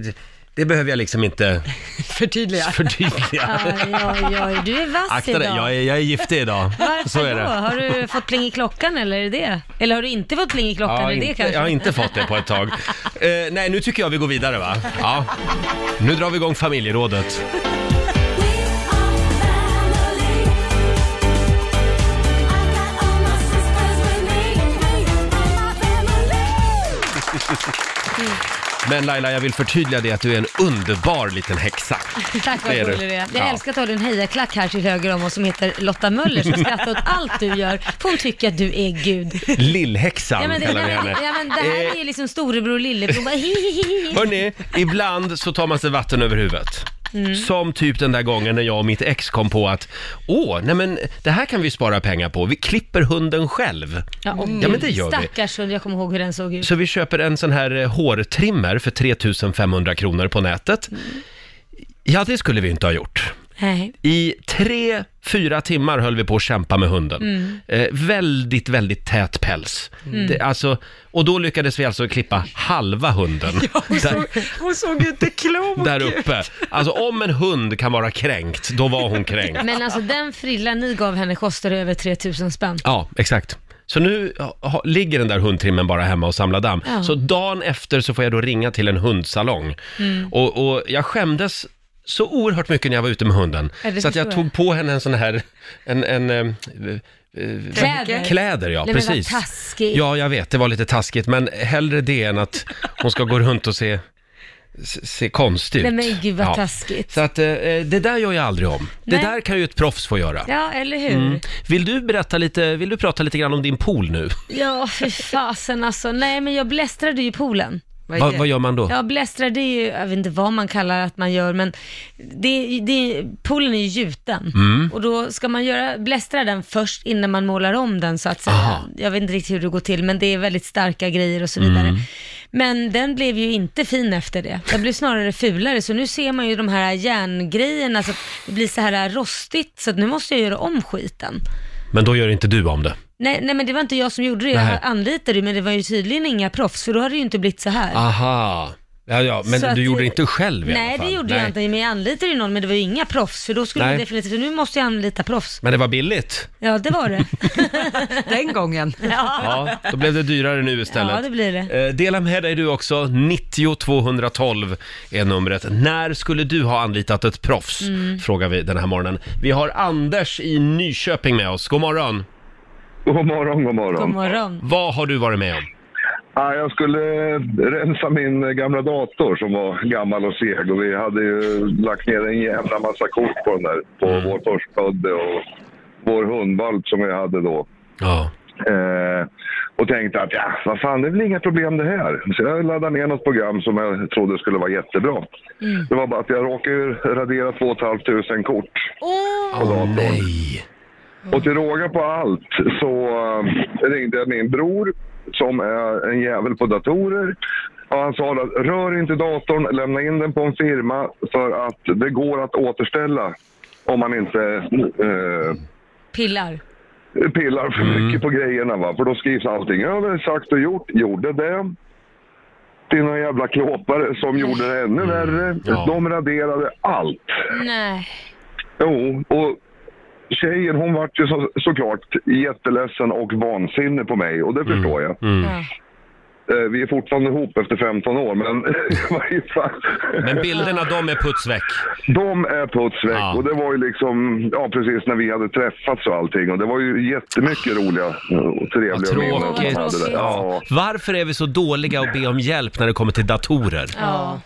S1: det behöver jag liksom inte
S3: Förtydliga.
S1: förtydliga.
S2: Oj, oj, oj. Du är vass
S1: Akta dig,
S2: idag.
S1: jag är, jag är giftig idag.
S2: Varför
S1: Så är
S2: då?
S1: det.
S2: Har du fått pling i klockan eller är det det? Eller har du inte fått pling i klockan?
S1: Ja,
S2: är det det
S1: inte,
S2: kanske?
S1: jag har inte fått det på ett tag. Eh, nej, nu tycker jag vi går vidare va? Ja. Nu drar vi igång familjerådet. Men Laila, jag vill förtydliga det att du är en underbar liten häxa.
S2: Tack vad
S1: Det är
S2: rolig
S1: du.
S2: du är. Jag
S1: Ja.
S2: älskar att du har en hejaklack här till höger om oss som heter Lotta Möller som skrattar åt allt du gör. För hon tycker att du är Gud.
S1: Lillhäxan
S2: Ja men det,
S1: kallar vi
S2: ja,
S1: henne.
S2: men, ja, men det här
S1: Eh,
S2: är ju liksom storebror och lillebror. Bara, hi, hi, hi.
S1: Hörni, ibland så tar man sig vatten över huvudet.
S2: Mm.
S1: Som typ den där gången när jag och mitt ex kom på att åh, nej men det här kan vi spara pengar på. Vi klipper hunden själv.
S2: Ja, och
S1: Ja, men det gör vi.
S2: Stackars hund, jag kommer ihåg hur den såg ut.
S1: Så vi köper en sån här eh, hårtrimmer för 3500 kronor på nätet.
S2: Mm.
S1: Ja, det skulle vi inte ha gjort.
S2: Nej.
S1: I tre, fyra timmar höll vi på att kämpa med hunden.
S2: Mm.
S1: Eh, väldigt, väldigt tät päls.
S3: Mm.
S1: Det, alltså, och då lyckades vi alltså klippa halva hunden. där,
S3: Hon såg ju inte klok
S1: där uppe. Alltså om en hund kan vara kränkt, då var hon kränkt.
S2: Men alltså den frillan ni gav henne kostade över 3000 spänn.
S1: Ja, exakt. Så nu ha, ligger den där hundtrimmen bara hemma och samlar damm.
S2: Ja.
S1: Så dagen efter så får jag då ringa till en hundsalong.
S9: eh,
S2: Mm.
S1: Och, och jag skämdes så oerhört mycket när jag var ute med hunden.
S2: Ja, det
S1: så att jag
S2: förstår
S1: tog
S2: jag.
S1: på henne en sån här, en, en, eh, eh,
S2: Kläder.
S1: kläder ja,
S2: Nej, men vad
S1: precis.
S2: taskigt.
S1: Ja, jag vet, det var lite taskigt, men hellre det än att hon ska gå runt och se, se, se konstig ut.
S2: Nej men gud vad
S1: Ja.
S2: taskigt.
S1: Så att eh, det där gör jag aldrig om.
S2: Nej.
S1: Det där kan ju ett proffs få göra.
S2: Ja, eller hur?
S1: Mm. Vill du berätta lite, vill du prata lite grann om din pool nu?
S2: Ja, fy fasen alltså. Nej, men jag blästrade ju poolen.
S1: är Va- det? vad gör man då?
S2: Ja, blästra det är ju, jag vet inte vad man kallar att man gör, men det, det, poolen är ju gjuten.
S11: Mm.
S2: Och då ska man göra, blästra den först innan man målar om den så att säga.
S11: Aha.
S2: Jag vet inte riktigt hur det går till, men det är väldigt starka grejer och så vidare.
S11: Mm.
S2: Men den blev ju inte fin efter det. Den blev snarare fulare, så nu ser man ju de här järngrejerna, så att det blir så här rostigt, så att nu måste jag göra om skiten.
S1: Men då gör inte du om det.
S2: Nej, nej men det var inte jag som gjorde det,
S1: Nej.
S2: jag anlitade det, men det var ju tydligen inga proffs, för då hade det ju inte blivit så här.
S1: Aha. Ja, ja, men
S2: Så
S1: du
S2: att
S1: gjorde
S2: det-
S1: det inte själv i alla
S2: Nej,
S1: fall.
S2: det gjorde jag inte, men jag anlitade ju någon, men det var ju inga proffs, för då skulle
S1: Nej.
S2: jag definitivt, för nu måste jag anlita proffs.
S1: Men det var billigt.
S2: Ja, det var det.
S3: Den gången.
S1: Ja, då blev det dyrare nu istället.
S2: Ja, det blir det.
S1: Eh, dela med dig du också. 90 212 är numret. När skulle du ha anlitat ett proffs?
S12: Mm.
S1: Frågar vi den här morgonen. Vi har Anders i Nyköping med oss. God morgon! God morgon, god morgon.
S2: God morgon.
S1: Vad har du varit med om?
S12: Ja, jag skulle eh, rensa min eh, gamla dator som var gammal och seg och vi hade ju lagt ner en jävla massa kort på den där. På vår förstfödde och vår hundvalp som vi hade då.
S1: Ja.
S12: Eh, och tänkte att ja, vad fan det är väl inga problem det här. Så jag laddade ner något program som jag trodde skulle vara jättebra. Det var bara att jag råkade ju radera 2 500 kort på datorn. Och till råga på allt så eh, ringde jag min bror som är en jävel på datorer. Och han sa att rör inte datorn, lämna in den på en firma för att det går att återställa om man inte eh,
S2: Pillar.
S12: pillar för mycket på grejerna. Va? För då skrivs allting över, sagt och gjort, gjorde det. Till några jävla klåpare som gjorde det ännu värre. De raderade allt.
S2: Nej.
S12: Jo, och tjejen hon vart ju så, såklart jätteledsen och vansinnig på mig och det förstår jag. Eh, Vi är fortfarande ihop efter 15 år men i varje fall.
S1: Men bilderna, de är putsväck.
S12: De är putsväck och det var ju liksom, ja precis när vi hade träffats och allting och det var ju jättemycket roliga och trevliga minnen man hade där. Ja.
S1: Varför är vi så dåliga att be om hjälp när det kommer till datorer?
S2: Ja.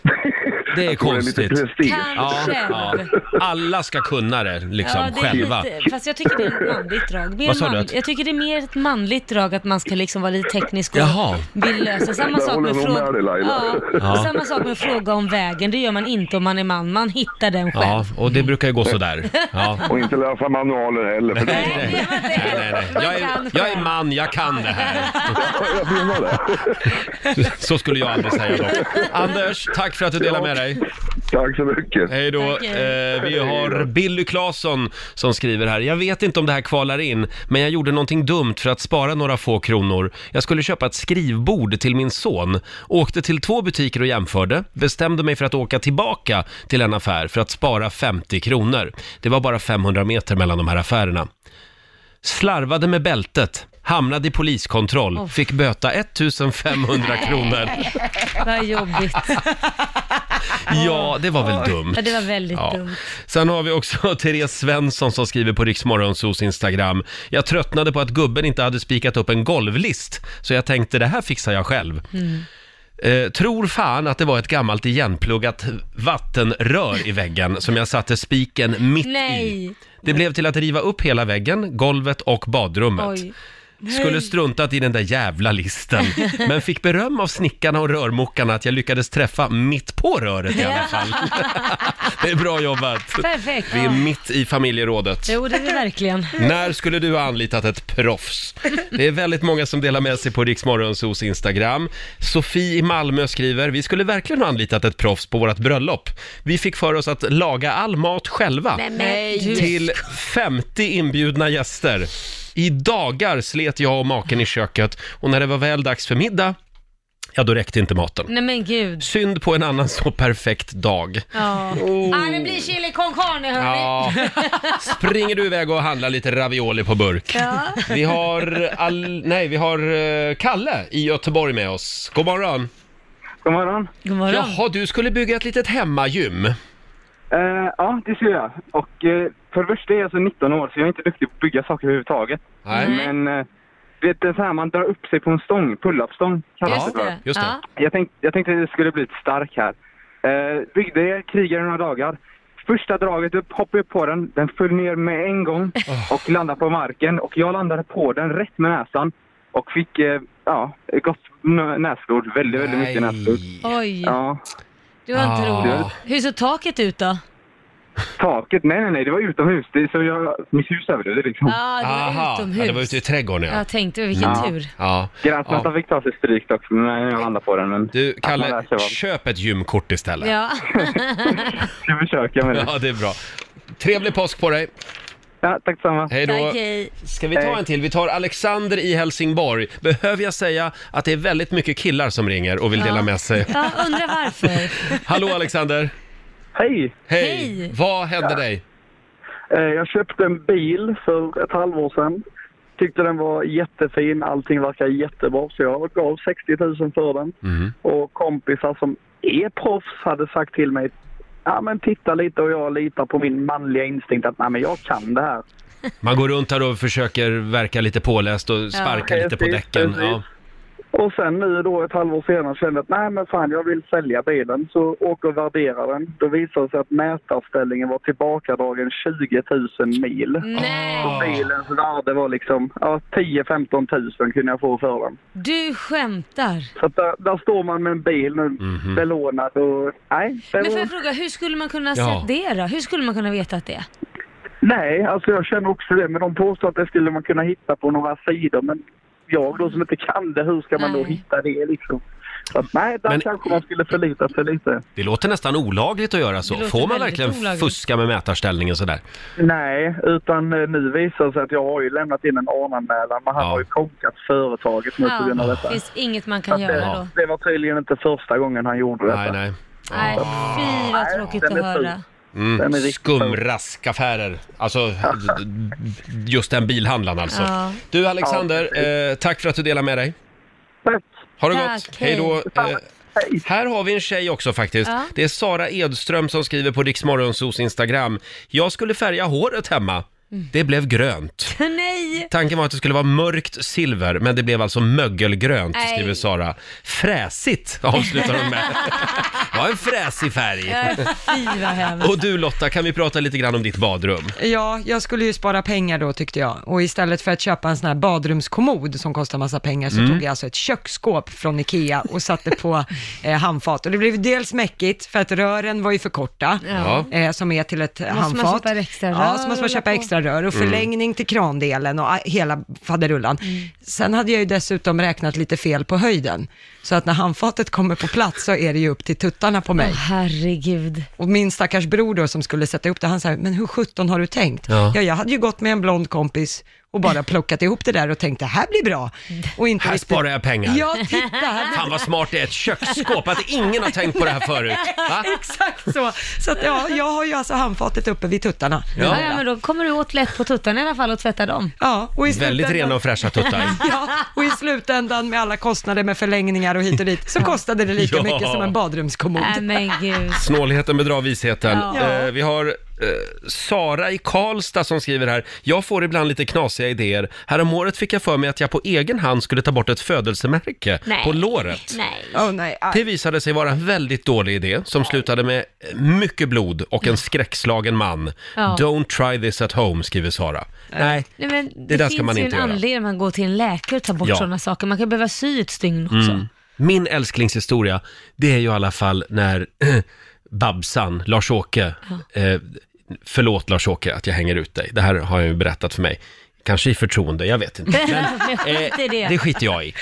S1: Det är
S12: Jag tror det är lite
S1: konstigt.
S12: prestige.
S1: Ja, ja. Alla ska kunna det liksom
S2: ja, det är
S1: själva.
S2: Lite, fast jag tycker det är ett manligt drag. Mer
S1: Vad sa du?
S2: manligt- Jag tycker det är mer ett manligt drag att man ska liksom vara lite teknisk och
S1: Jaha.
S2: vill lösa. Samma
S12: Där
S2: sak
S12: håller
S2: med,
S12: jag nog med dig,
S2: fråga...
S12: Laila.
S1: Ja.
S2: Samma sak med fråga om vägen, det gör man inte om man är man. Man hittar den själv.
S1: Ja, och det brukar ju gå sådär. Ja.
S12: Och inte läsa manualer heller. För nej,
S1: nej, nej, nej. Jag, är, jag är man, jag kan det här.
S12: Jag menar det.
S1: Så skulle jag aldrig säga dock. Anders, tack för att du delade med dig.
S12: Tack så mycket.
S1: Hej då.
S12: Tack, hej.
S1: Eh, vi har Billy Claesson som skriver här. Jag vet inte om det här kvalar in, men jag gjorde någonting dumt för att spara några få kronor. Jag skulle köpa ett skrivbord till min son. Åkte till två butiker och jämförde. Bestämde mig för att åka tillbaka till en affär för att spara 50 kronor. Det var bara 500 meter mellan de här affärerna. Slarvade med bältet. Hamnade i poliskontroll, fick böta 1500 kronor.
S2: Vad jobbigt.
S1: Ja, det var väl dumt.
S2: Ah. Ja, det var väldigt
S1: Ja.
S2: dumt.
S1: Sen har vi också Therese Svensson som skriver på Riksmorgonsos Instagram. Jag tröttnade på att gubben inte hade spikat upp en golvlist, så jag tänkte det här fixar jag själv.
S11: Mm.
S1: Eh, tror fan att det var ett gammalt igenpluggat vattenrör i väggen som jag satte spiken mitt i.
S2: Nej.
S1: Det blev till att riva upp hela väggen, golvet och badrummet.
S2: Oj.
S1: Skulle struntat i den där jävla listen, men fick beröm av snickarna och rörmokarna att jag lyckades träffa mitt på röret i alla fall. Det är bra jobbat!
S2: Perfekt.
S1: Vi är mitt i familjerådet.
S2: Jo, det är vi verkligen.
S1: När skulle du ha anlitat ett proffs? Det är väldigt många som delar med sig på Riksmorgonsos Instagram. Sofie i Malmö skriver, vi skulle verkligen ha anlitat ett proffs på vårt bröllop. Vi fick för oss att laga all mat själva
S11: Nej, men Nej. du-
S1: till 50 inbjudna gäster. I dagar slet jag och maken i köket och när det var väl dags för middag, ja då räckte inte maten.
S2: Nej men gud.
S1: Synd på en annan så perfekt dag.
S2: Ja. Ah, det blir chili con carne hörni.
S1: Oh. Ja. Springer du iväg och handlar lite ravioli på burk?
S2: Ja.
S1: Vi har, all, nej, vi har eh, Kalle i Göteborg med oss. God morgon!
S13: God morgon!
S2: God
S13: morgon.
S1: Jaha, du skulle bygga ett litet hemmagym.
S13: Eh, ja, det skulle jag. Och eh, för det första är jag så 19 år så jag är inte duktig på att bygga saker överhuvudtaget.
S1: Nej.
S13: Men eh, vet du, så här, man drar upp sig på en stång, pull-up-stång kallas
S1: Just
S13: det för.
S1: det, just det.
S13: Jag, tänkte, jag tänkte att det skulle bli lite stark här. Eh, byggde jag, krigade några dagar. Första draget upp, hoppade upp på den, den föll ner med en gång
S1: Oh.
S13: och landade på marken. Och jag landade på den rätt med näsan och fick, eh, ja, gott nö- näsblod. Väldigt, väldigt mycket
S1: Nej.
S13: näsblod.
S2: Oj.
S13: Ja.
S2: Det var inte
S13: Ah.
S2: roligt. Hur såg taket ut då?
S13: Taket? Nej, nej, nej, det var utomhus. Det, så jag, mitt hus överlevde liksom.
S2: Ja, det var
S1: Aha,
S2: utomhus.
S1: ja, det var ute i trädgården ja.
S2: Jag tänkte, vilken
S13: Ja.
S2: tur.
S1: ja.
S13: Gräsmattan fick ta sig stryk dock, när jag landade på den. Men
S1: Du,
S13: att man
S1: Kalle,
S13: lär sig, va?
S1: köp ett gymkort istället.
S2: Ja.
S13: Jag försöker med det.
S1: Ja, det är bra. Trevlig påsk på dig!
S13: Ja, tack detsamma.
S1: Hej då!
S2: Tack, hej.
S1: Ska vi ta en till? Vi tar Alexander i Helsingborg. Behöver jag säga att det är väldigt mycket killar som ringer och vill
S2: Ja.
S1: dela med sig?
S2: Ja, undrar varför.
S1: Hallå Alexander!
S14: Hej!
S1: Hej!
S2: Hej.
S1: Vad hände
S14: Ja.
S1: dig?
S14: Eh, Jag köpte en bil för ett halvår sedan. Tyckte den var jättefin, allting verkar jättebra så jag gav 60 000 för den. Och kompisar som är proffs hade sagt till mig Ja men titta lite och jag litar på min manliga instinkt att nej men jag kan det här.
S1: Man går runt här och försöker verka lite påläst och sparka lite på
S14: Precis,
S1: däcken.
S14: precis.
S1: Ja.
S14: Och sen nu då ett halvår senare kände jag att nej men fan jag vill sälja bilen. Så åker och värderar den. Då visar det sig att mätarställningen var tillbakadragen 20 000 mil.
S2: Nej.
S14: Och bilens värde var liksom ja, 10-15 000 kunde jag få för den.
S2: Du skämtar.
S14: Så att där, där står man med en bil nu belånad och nej. Det
S2: Men får
S14: var,
S2: jag fråga, hur skulle man kunna
S14: Ja.
S2: sett det då? Hur skulle man kunna veta att det är?
S14: nej, alltså jag känner också det. Men de påstår att det skulle man kunna hitta på några sidor. Men jag då som inte kan det, hur ska man då hitta det liksom? Så att, nej, där kanske man skulle förlita sig lite.
S1: Det låter nästan olagligt att göra
S14: Det
S1: så.
S14: låter
S1: Får man
S14: väldigt
S1: verkligen
S14: olagligt.
S1: fuska med mätarställningen sådär?
S14: Nej, utan eh, nu visar det sig att jag har ju lämnat in en anmälan men han har ju konkat företaget nu på grund av
S2: Ja,
S14: detta.
S2: det finns inget man
S14: Så
S2: kan
S14: att det,
S2: göra då.
S14: det var tydligen inte första gången han gjorde detta.
S1: Nej, nej.
S2: Nej, fy vad tråkigt att höra.
S1: Mm.
S14: Den är riktigt
S1: Skumraskaffärer. Alltså, d- d- just den bilhandlaren alltså.
S2: Ja.
S1: Du Alexander,
S14: Ja, precis.
S1: eh, tack för att du delar med dig.
S14: Tack.
S1: Ha det
S14: Tack,
S1: gott.
S14: hej.
S1: Hej då. Eh, här har vi en tjej också faktiskt.
S14: Ja.
S1: Det är Sara Edström som skriver på Riksmorgonsos Instagram. Jag skulle färga håret hemma. Det blev grönt.
S2: Nej!
S1: Tanken var att det skulle vara mörkt silver, men det blev alltså mögelgrönt,
S2: Nej.
S1: skriver Sara. Fräsigt, avslutar hon med. Det var en fräsig färg.
S3: Ja,
S2: fy vad hemskt.
S1: Och du Lotta, kan vi prata lite grann om ditt badrum?
S3: Ja, jag skulle ju spara pengar då tyckte jag. Och istället för att köpa en sån här badrumskommod som kostar massa pengar så
S1: Mm.
S3: tog jag alltså ett köksskåp från Ikea och satte på eh, handfat. Och det blev dels mäckigt för att rören var ju för korta,
S2: Ja.
S3: eh, som är till ett
S2: man
S3: handfat.
S2: köpa extra
S3: Ja,
S2: rör
S3: så måste man
S2: och
S3: köpa
S2: hålla på.
S3: extra rör och
S2: Mm.
S3: förlängning till krandelen och ah, hela faderullan. Sen hade jag ju dessutom räknat lite fel på höjden. Så att när handfatet kommer på plats så är det ju upp till tuttarna på mig.
S2: herregud.
S3: Och min stackars bror då som skulle sätta ihop det, han sa, men hur sjutton har du tänkt?
S2: Ja.
S3: Ja. jag hade ju gått med en blond kompis och bara plockat ihop det där och tänkt, det här blir bra. Och inte
S1: Här
S3: riktigt-
S1: sparar jag pengar.
S3: Ja, titta, här blir
S1: Fan vad smart det är, ett köksskåp, att ingen har tänkt på det här förut. Va?
S3: Exakt så. Så att, ja, jag har ju alltså handfatet uppe vid tuttarna.
S1: Ja.
S2: Ja. ja, men då kommer du åt lätt på tuttarna i alla fall och tvätta dem.
S3: Ja, och i
S1: Väldigt
S3: slutändan-
S1: rena och fräscha tuttar.
S3: ja, och i slutändan med alla kostnader med förlängningar och hit och dit, så kostade det lika
S1: Ja.
S3: mycket som en badrumskommod.
S2: Nej men gud.
S1: Snålheten bedrar visheten.
S2: Ja.
S1: Eh, vi har eh, Sara i Karlstad som skriver här. Jag får ibland lite knasiga idéer. Häromåret fick jag för mig att jag på egen hand skulle ta bort ett födelsemärke
S2: Nej.
S1: på låret.
S2: Nej.
S3: Oh, nej. aj.
S1: Det visade sig vara en väldigt dålig idé som slutade med mycket blod och en skräckslagen man.
S2: Ja.
S1: Don't try this at home, skriver Sara. Nej,
S2: Nej, men
S1: där
S2: det
S1: ska
S2: finns
S1: man
S2: ju
S1: inte
S2: en
S1: göra.
S2: anledning man går till en läkare och tar bort
S1: Ja.
S2: sådana saker. Man kan behöva sy ett stygn också.
S1: Mm. Min älsklingshistoria, det är ju i alla fall när Babsan, Lars-Åke, eh, förlåt Lars-Åke att jag hänger ut dig, det här har han ju berättat för mig, kanske i förtroende, jag vet inte. eh,
S2: Men skit i det.
S1: Det skiter jag i.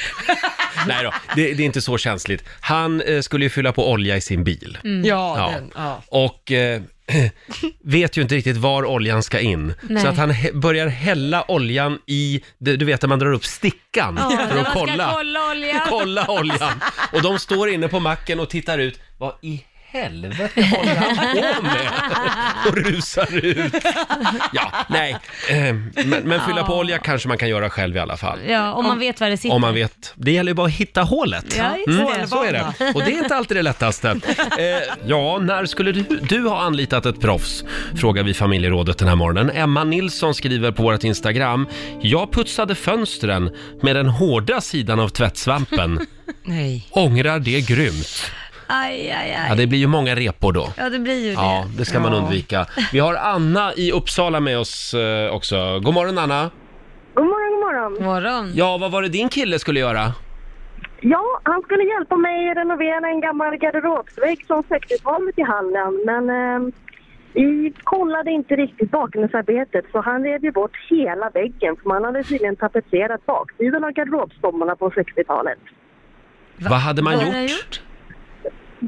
S1: Nej då, det, det är inte så känsligt. Han eh, skulle ju fylla på olja i sin bil.
S3: Mm. Ja,
S1: Ja.
S3: Den, ja.
S1: Och eh, vet ju inte riktigt var oljan ska in.
S2: Nej.
S1: Så att han he- börjar hälla oljan i, du du vet när man drar upp stickan
S2: Ja,
S1: för
S2: man
S1: att
S2: ska
S1: kolla.
S2: kolla oljan.
S1: kolla oljan. Och de står inne på macken och tittar ut. Vad i helvete håller han på med? Och rusar ut. Ja, nej. Eh, Men, men fylla på olja kanske man kan göra själv i alla fall.
S2: Ja, om man vet var det sitter.
S1: Om man vet. Det gäller ju bara att hitta hålet. Mm,
S2: Ja, just det.
S1: Så är det. Och det är inte alltid det lättaste. Eh, ja, när skulle du, du ha anlitat ett proffs? Frågar vi familjerådet den här morgonen. Emma Nilsson skriver på vårt Instagram. Jag putsade fönstren med den hårda sidan av tvättsvampen.
S3: Nej.
S1: Ångrar det grymt.
S2: Aj, aj, aj.
S1: Ja, det blir ju många repor då.
S2: Ja, det blir ju
S1: Ja,
S2: det.
S1: det ska man undvika. Vi har Anna i Uppsala med oss eh, också. God morgon Anna!
S11: God morgon, god morgon.
S2: morgon.
S1: Ja, vad var det din kille skulle göra?
S11: Ja, han skulle hjälpa mig renovera en gammal garderobsvägg från 60-talet i hallen. Men eh, vi kollade inte riktigt bakgrundsarbetet så han rev ju bort hela väggen för man hade tydligen tapetserat baksidan av garderobstommarna på 60-talet.
S1: Vad hade man
S11: Vad
S1: gjort?
S11: hade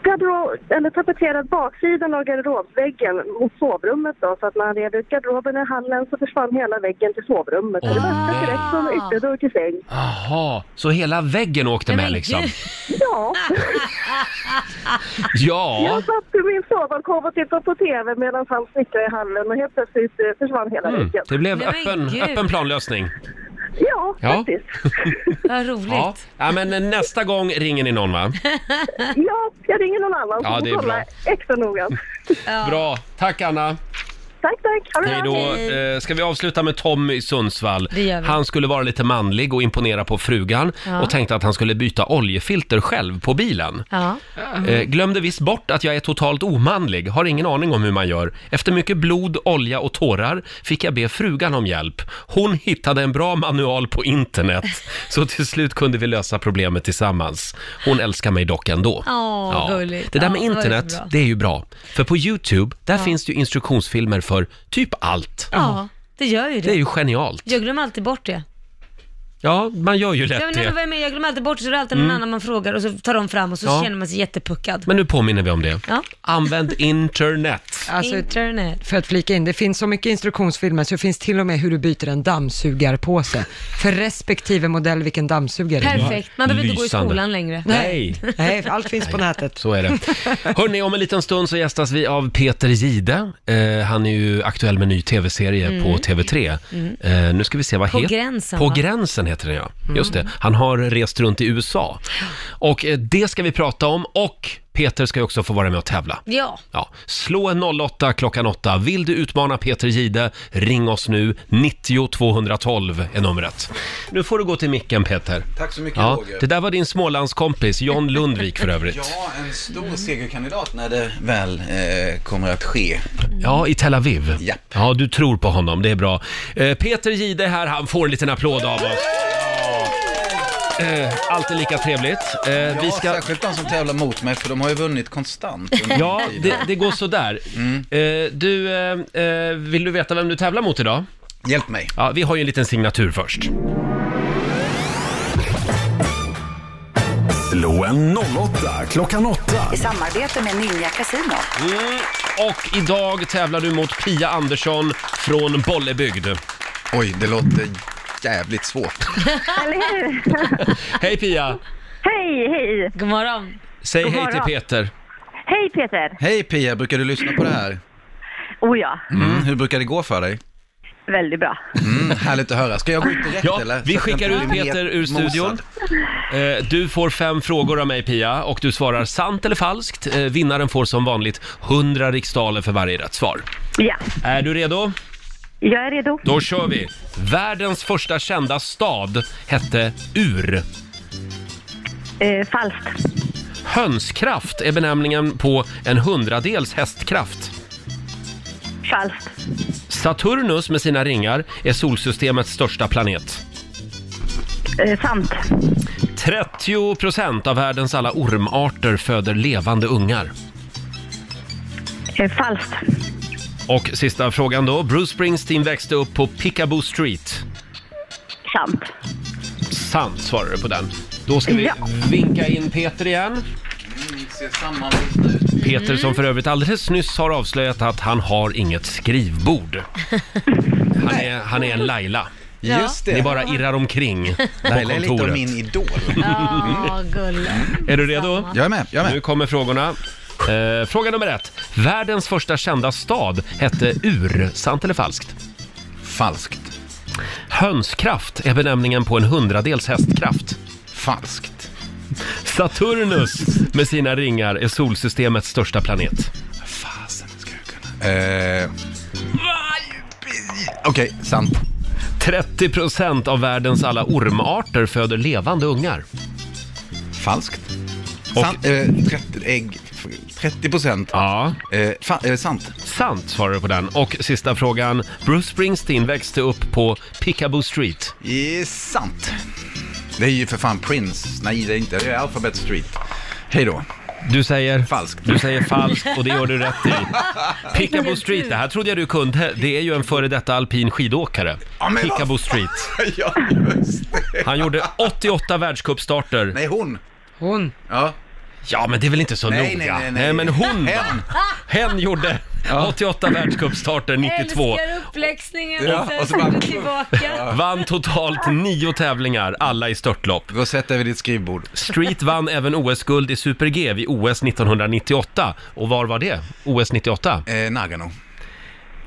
S11: Garderob, eller tapetserat baksidan av garderobsväggen mot sovrummet då, så att när han rev ut garderoben i hallen så försvann hela väggen till sovrummet. Så det var öppet direkt från ytterdörr till säng.
S1: Jaha, så hela väggen åkte med liksom?
S11: Ja.
S1: Ja,
S11: Jag satt i min sovalkov och tittade på TV medan han snickrade i hallen och helt plötsligt eh, försvann hela
S1: mm.
S11: väggen.
S1: det blev öppen, öppen planlösning.
S11: Ja,
S1: Ja.
S11: faktiskt.
S2: Vad
S1: Ja. ja, men nästa gång ringer ni någon va?
S11: ja, jag ringer någon annan
S1: Ja,
S11: så
S1: det
S11: får
S1: är
S11: kolla extra noga.
S1: Bra, tack Anna!
S11: Tack, tack. Ha det
S1: Hej
S11: bra.
S1: då! Eh, Ska vi avsluta med Tommy i Sundsvall?
S11: Det gör vi.
S1: Han skulle vara lite manlig och imponera på frugan
S2: Ja.
S1: och tänkte att han skulle byta oljefilter själv på bilen.
S2: Ja.
S1: Eh, glömde visst bort att jag är totalt omanlig, har ingen aning om hur man gör. Efter mycket blod, olja och tårar fick jag be frugan om hjälp. Hon hittade en bra manual på internet, så till slut kunde vi lösa problemet tillsammans. Hon älskar mig dock ändå.
S2: Åh, gulligt.
S1: Det där med
S2: Ja, det var ju
S1: internet,
S2: så bra.
S1: det är ju bra. För på YouTube, där
S2: Ja.
S1: finns det ju instruktionsfilmer för typ allt.
S2: Ja, det gör ju det.
S1: Det är ju genialt.
S2: Jag glömmer alltid bort det.
S1: Ja, man gör ju
S2: Ja, men,
S1: lätt
S2: nej, men, vad
S1: det.
S2: är med? jag glömmer alltid bort det, så det är alltid någon
S1: Mm.
S2: annan man frågar och så tar de fram och så
S1: Ja.
S2: känner man sig jättepuckad.
S1: Men nu påminner vi om det.
S2: Ja.
S1: Använd internet.
S3: Alltså,
S2: Internet.
S3: För att flika in, det finns så mycket instruktionsfilmer så det finns till och med hur du byter en dammsugarpåse. För respektive modell vilken dammsugare du har.
S2: Perfekt, man behöver inte gå i
S1: Lysande.
S2: skolan längre.
S1: Nej.
S3: Nej, allt finns på nätet.
S1: Så är det. Hörni, om en liten stund så gästas vi av Peter Gide. Eh, han är ju aktuell med en ny tv-serie
S2: Mm.
S1: på TV3.
S2: Mm.
S1: Eh, nu ska vi se vad
S2: På
S1: het-
S2: gränsen,
S1: På
S2: va? Mm.
S1: gränsen heter den ja. Just det. Han har rest runt i USA. Och eh, det ska vi prata om och Peter ska ju också få vara med och tävla.
S2: Ja,
S1: Ja, slå en 08 klockan 8. Vill du utmana Peter Gide, ring oss nu. 90 212 är numret. Nu får du gå till micken Peter.
S15: Tack så mycket
S1: Ja,
S15: Roger.
S1: det där var din Smålandskompis John Lundvik för övrigt.
S15: Ja, en stor segerkandidat när det väl eh, kommer att ske.
S1: Ja, i Tel Aviv. Ja. ja, du tror på honom, det är bra. Eh, Peter Gide här, han får en liten applåd av oss. Eh, alltid lika trevligt. Eh, vi
S15: Ja,
S1: ska...
S15: särskilt de som tävlar mot mig för de har ju vunnit konstant. under
S1: Ja,
S15: den tiden. Mm.
S1: det, det går sådär. Eh, du, eh, eh, vill du veta vem du tävlar mot idag?
S15: Hjälp mig.
S1: Ja, vi har ju en liten signatur först.
S4: Slå en 08 klockan 8.
S6: I samarbete med Ninja Casino.
S1: Mm. Och idag tävlar du mot Pia Andersson från Bollebygd.
S15: Oj, det låter jävligt svårt.
S7: Eller hur?
S1: Hej Pia!
S7: hej, hej!
S2: God morgon.
S1: Säg
S7: God
S1: hej till
S7: morgon.
S1: Peter.
S7: Hej Peter!
S15: Hej Pia, brukar du lyssna på det här?
S7: Oh ja,
S15: Mm, hur brukar det gå för dig?
S7: väldigt bra.
S15: Mm, härligt att höra. Ska jag gå ut direkt
S1: Ja,
S15: eller?
S1: vi
S15: Så att jag
S1: skickar
S15: inte
S1: ut
S15: blir
S1: Peter ur
S15: nedmosad.
S1: studion. Eh, Du får fem frågor av mig Pia och du svarar sant eller falskt. Eh, Vinnaren får som vanligt 100 riksdaler för varje rätt svar.
S7: Ja,
S1: Är du redo?
S7: jag är redo.
S1: Då kör vi! Världens första kända stad hette Ur.
S7: Eh, falskt.
S1: Hönskraft är benämningen på en hundradels hästkraft.
S7: Falskt.
S1: Saturnus med sina ringar är solsystemets största planet.
S7: Eh, sant.
S1: 30 procent av världens alla ormarter föder levande ungar.
S7: Eh, falskt.
S1: Och sista frågan då. Bruce Springsteen växte upp på Pickaboo Street.
S7: Sant.
S1: Sant svarar du på den. Då ska vi
S15: Ja.
S1: vinka in Peter igen. Peter som för övrigt alldeles nyss har avslöjat att han har inget skrivbord. Han är, han är en Laila.
S2: Ja. Just det.
S1: Ni bara irrar omkring på
S15: Laila är lite av
S1: kontoret.
S15: min idol.
S2: Ja, gulle.
S1: Är du redo?
S15: Jag är med, jag är med.
S1: Nu kommer frågorna. Eh, fråga nummer ett. Världens första kända stad hette Ur. Sant eller falskt?
S15: Falskt.
S1: Hönskraft är benämningen på en hundradels hästkraft.
S15: Falskt.
S1: Saturnus med sina ringar är solsystemets största planet.
S15: Eh, Okej, sant.
S1: 30% av världens alla ormarter föder levande ungar.
S15: Falskt. Sant, eh, 30, ägg, 30 procent. Eh,
S1: Ja.
S15: sant.
S1: Sant svarar du på den. Och sista frågan. Bruce Springsteen växte upp på Pickaboo Street.
S15: Eh, sant. Det är ju för fan Prince. Nej, det är inte. Det är Alphabet Street. Hej då.
S1: Du säger?
S15: Falskt.
S1: Du säger falskt och det gör du rätt i. Pickaboo Street, det här trodde jag du kunde. Det är ju en före detta alpin skidåkare.
S15: men vad
S1: Pickaboo Street.
S15: ja, just det.
S1: Han gjorde 88 världscupstarter.
S15: Nej, hon.
S3: Hon.
S15: Ja.
S1: Ja, men det är väl inte så
S15: Nej,
S1: noga?
S15: nej, nej, nej.
S1: men hon va?
S15: Hen.
S1: Hen gjorde 88 världscupstarter 92.
S2: Älskar uppläxningen
S1: Ja,
S2: och sen
S1: och så
S2: så
S1: bara-
S2: tillbaka.
S1: Vann totalt nio tävlingar, alla i störtlopp.
S15: Gå och sätt dig vid ditt skrivbord.
S1: Street vann även OS-guld i super-G vid OS 1998. Och var var det? OS 98?
S15: Eh, Nagano.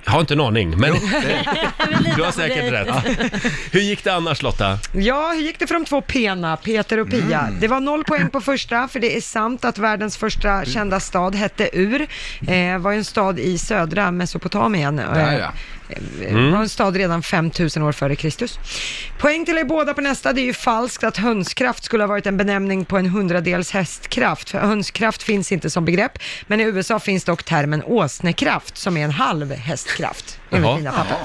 S1: Jag har inte en aning, men du har
S2: på dig.
S1: säkert rätt. Hur gick det annars Lotta?
S3: Ja, hur gick det för de två pena, Peter och Pia? Det var noll poäng på första, för det är sant att världens första kända stad hette Ur. Eh, var ju en stad i södra Mesopotamien.
S15: Där, ja.
S3: Eh, var en stad redan 5000 år före Kristus. Poäng till er båda på nästa, det är ju falskt att hönskraft skulle ha varit en benämning på en hundradels hästkraft, för hönskraft finns inte som begrepp, men i USA finns dock termen åsnekraft, som är en halv hästkraft, enligt
S16: Jaha.
S3: mina papper.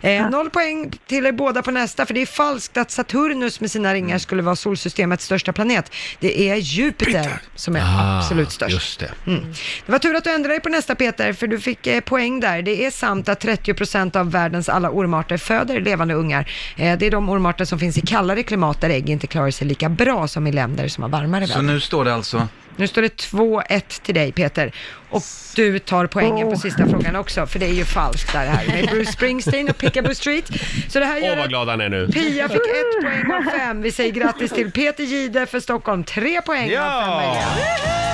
S3: Eh, noll poäng till er båda på nästa, för det är falskt att Saturnus med sina ringar skulle vara solsystemets största planet. Det är Jupiter som är
S1: Ah.
S3: absolut störst.
S1: Just det.
S3: Mm. Det var tur att du ändrade dig på nästa Peter, för du fick eh, poäng där. Det är sant att 30% av världens alla ormarter föder levande ungar. Eh, det är de ormarter som finns i kallare klimat där ägg inte klarar sig lika bra som i länder som har varmare
S15: Så
S3: väder. Nu...
S15: nu står det alltså...
S3: står det 2-1 till dig Peter. Och du tar poängen på sista frågan också, för det är ju falskt där det här med Bruce Springsteen och Pickaboo Street. Så det här
S1: Åh,
S3: gör
S1: vad
S3: att
S1: glad han är nu.
S3: Pia fick ett poäng av fem. Vi säger grattis till Peter Gide för Stockholm, tre poäng av fem
S1: Ja!
S3: möjliga.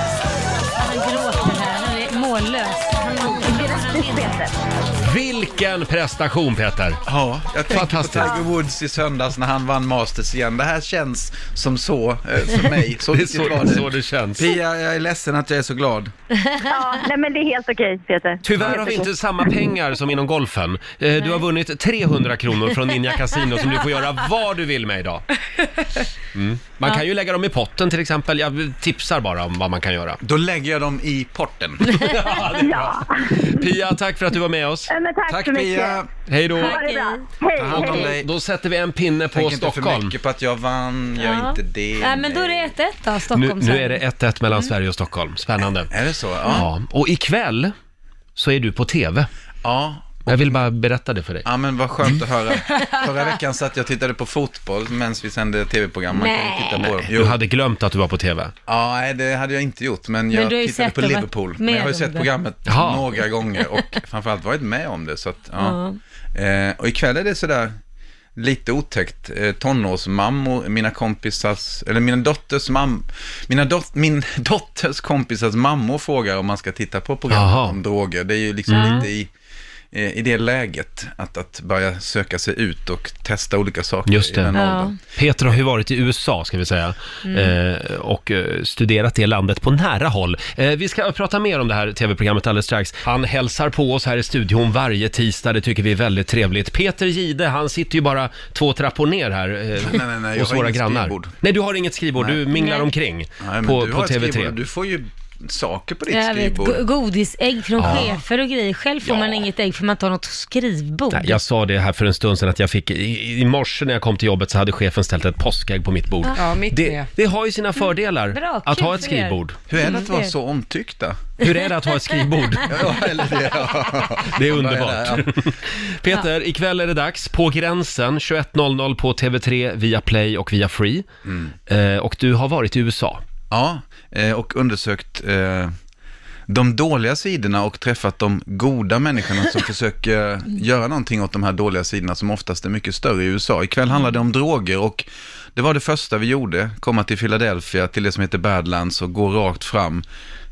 S2: Han gråter här, han är mållös. Grattis Peter.
S1: Vilken prestation Peter!
S15: Ja, jag tänkte på
S1: Fantastiskt.
S15: Tiger Woods i söndags när han vann Masters igen. Det här känns som så eh, för mig. Så
S1: Det är
S15: viktigt
S1: så-
S15: var det.
S1: så det känns.
S15: Pia, jag är ledsen att jag är så glad.
S7: ja, nej men det är helt okej Peter.
S1: Tyvärr
S7: Helt
S1: har vi
S7: okej.
S1: inte samma pengar som inom golfen. Eh, Du har vunnit 300 kronor från Ninja Casino som du får göra vad du vill med idag. Mm. Man kan ju lägga dem i potten till exempel. Jag tipsar bara om vad man kan göra.
S15: Då lägger jag dem i porten.
S7: Ja,
S1: Pia, tack för att du var med oss.
S7: nej, men tack,
S15: Tack,
S7: så mycket.
S15: Pia.
S1: Hej då!
S7: Ha det bra. Hej,
S1: Ta hand om dig.
S7: hej.
S1: Då sätter vi en pinne på
S15: Tänk inte för
S1: Stockholm.
S15: mycket på att jag vann, gör
S2: Ja.
S15: inte det.
S2: Nej, men då är det 1-1 då,
S1: Nu,
S2: Stockholm. Mm.
S1: nu är det 1-1 mellan Sverige och Stockholm. Spännande.
S15: Är det så? Ja.
S1: Ja. Och ikväll så är du på TV.
S15: ja.
S10: Jag vill bara berätta det för dig.
S15: Ja, men vad skönt att höra. Förra veckan satt jag och tittade på fotboll medan vi sände tv-program. Man kan ju titta på dem.
S1: Du hade glömt att du var på TV.
S15: Ja, nej, det hade jag inte gjort, men
S1: Men
S15: jag
S1: du har ju
S15: tittade
S1: sett
S15: på
S1: dem-
S15: Liverpool.
S1: med
S15: Men jag har ju
S1: dem
S15: sett
S1: där.
S15: programmet
S1: Jaha.
S15: några gånger och framförallt varit med om det. Så att, ja. eh, och ikväll är det sådär lite otäckt. Eh, tonårsmammor, mina kompisars, eller mina dotters mam, mina dot, min dotters kompisars mammor frågar om man ska titta på programmet
S1: Jaha.
S15: om droger. Det är ju liksom
S1: Mm.
S15: lite i eh, i det läget, att, att börja söka sig ut och testa olika saker
S1: Just
S15: i
S1: det.
S15: den åldern.
S1: Peter har ju varit i USA, ska vi säga,
S15: Mm.
S1: eh, och eh, studerat det landet på nära håll. Eh, vi ska prata mer om det här tv-programmet alldeles strax. Han hälsar på oss här i studion varje tisdag, det tycker vi är väldigt trevligt. Peter Gide, han sitter ju bara två trappor ner här eh,
S15: nej, nej, jag
S1: hos
S15: har
S1: våra
S15: inget
S1: grannar.
S15: skrivbord.
S1: Nej, du har inget skrivbord, du minglar
S2: Nej.
S1: omkring
S15: Nej, men
S1: på,
S15: du
S1: på
S15: har ett
S1: TV3.
S15: skrivbord och Du får ju saker på ditt
S2: Jag vet,
S15: skrivbord.
S2: go- godisägg från
S1: Ja.
S2: chefer och grejer. Själv får man inget ägg för man tar något skrivbord.
S1: Nej, jag sa det här för en stund sedan att jag fick, i, i morse när jag kom till jobbet så hade chefen ställt ett påskägg på mitt bord.
S2: Ja, mitt
S1: det,
S2: med.
S1: det har ju sina fördelar
S2: Mm, bra,
S1: att
S2: kul
S1: ha ett
S2: för er. Mm,
S1: skrivbord.
S15: Hur är det att vara så omtyckta?
S1: Hur är det att ha ett skrivbord? Det är
S15: Ja,
S1: underbart. Peter, ikväll är det dags. På gränsen, 21.00 på TV3, via Play och via Free.
S15: Mm.
S1: Eh, och du har varit i USA.
S15: Ja, eh, och undersökt eh, de dåliga sidorna och träffat de goda människorna som försöker göra någonting åt de här dåliga sidorna som oftast är mycket större i USA. Ikväll handlade det om droger och det var det första vi gjorde, komma till Philadelphia, till det som heter Badlands och gå rakt fram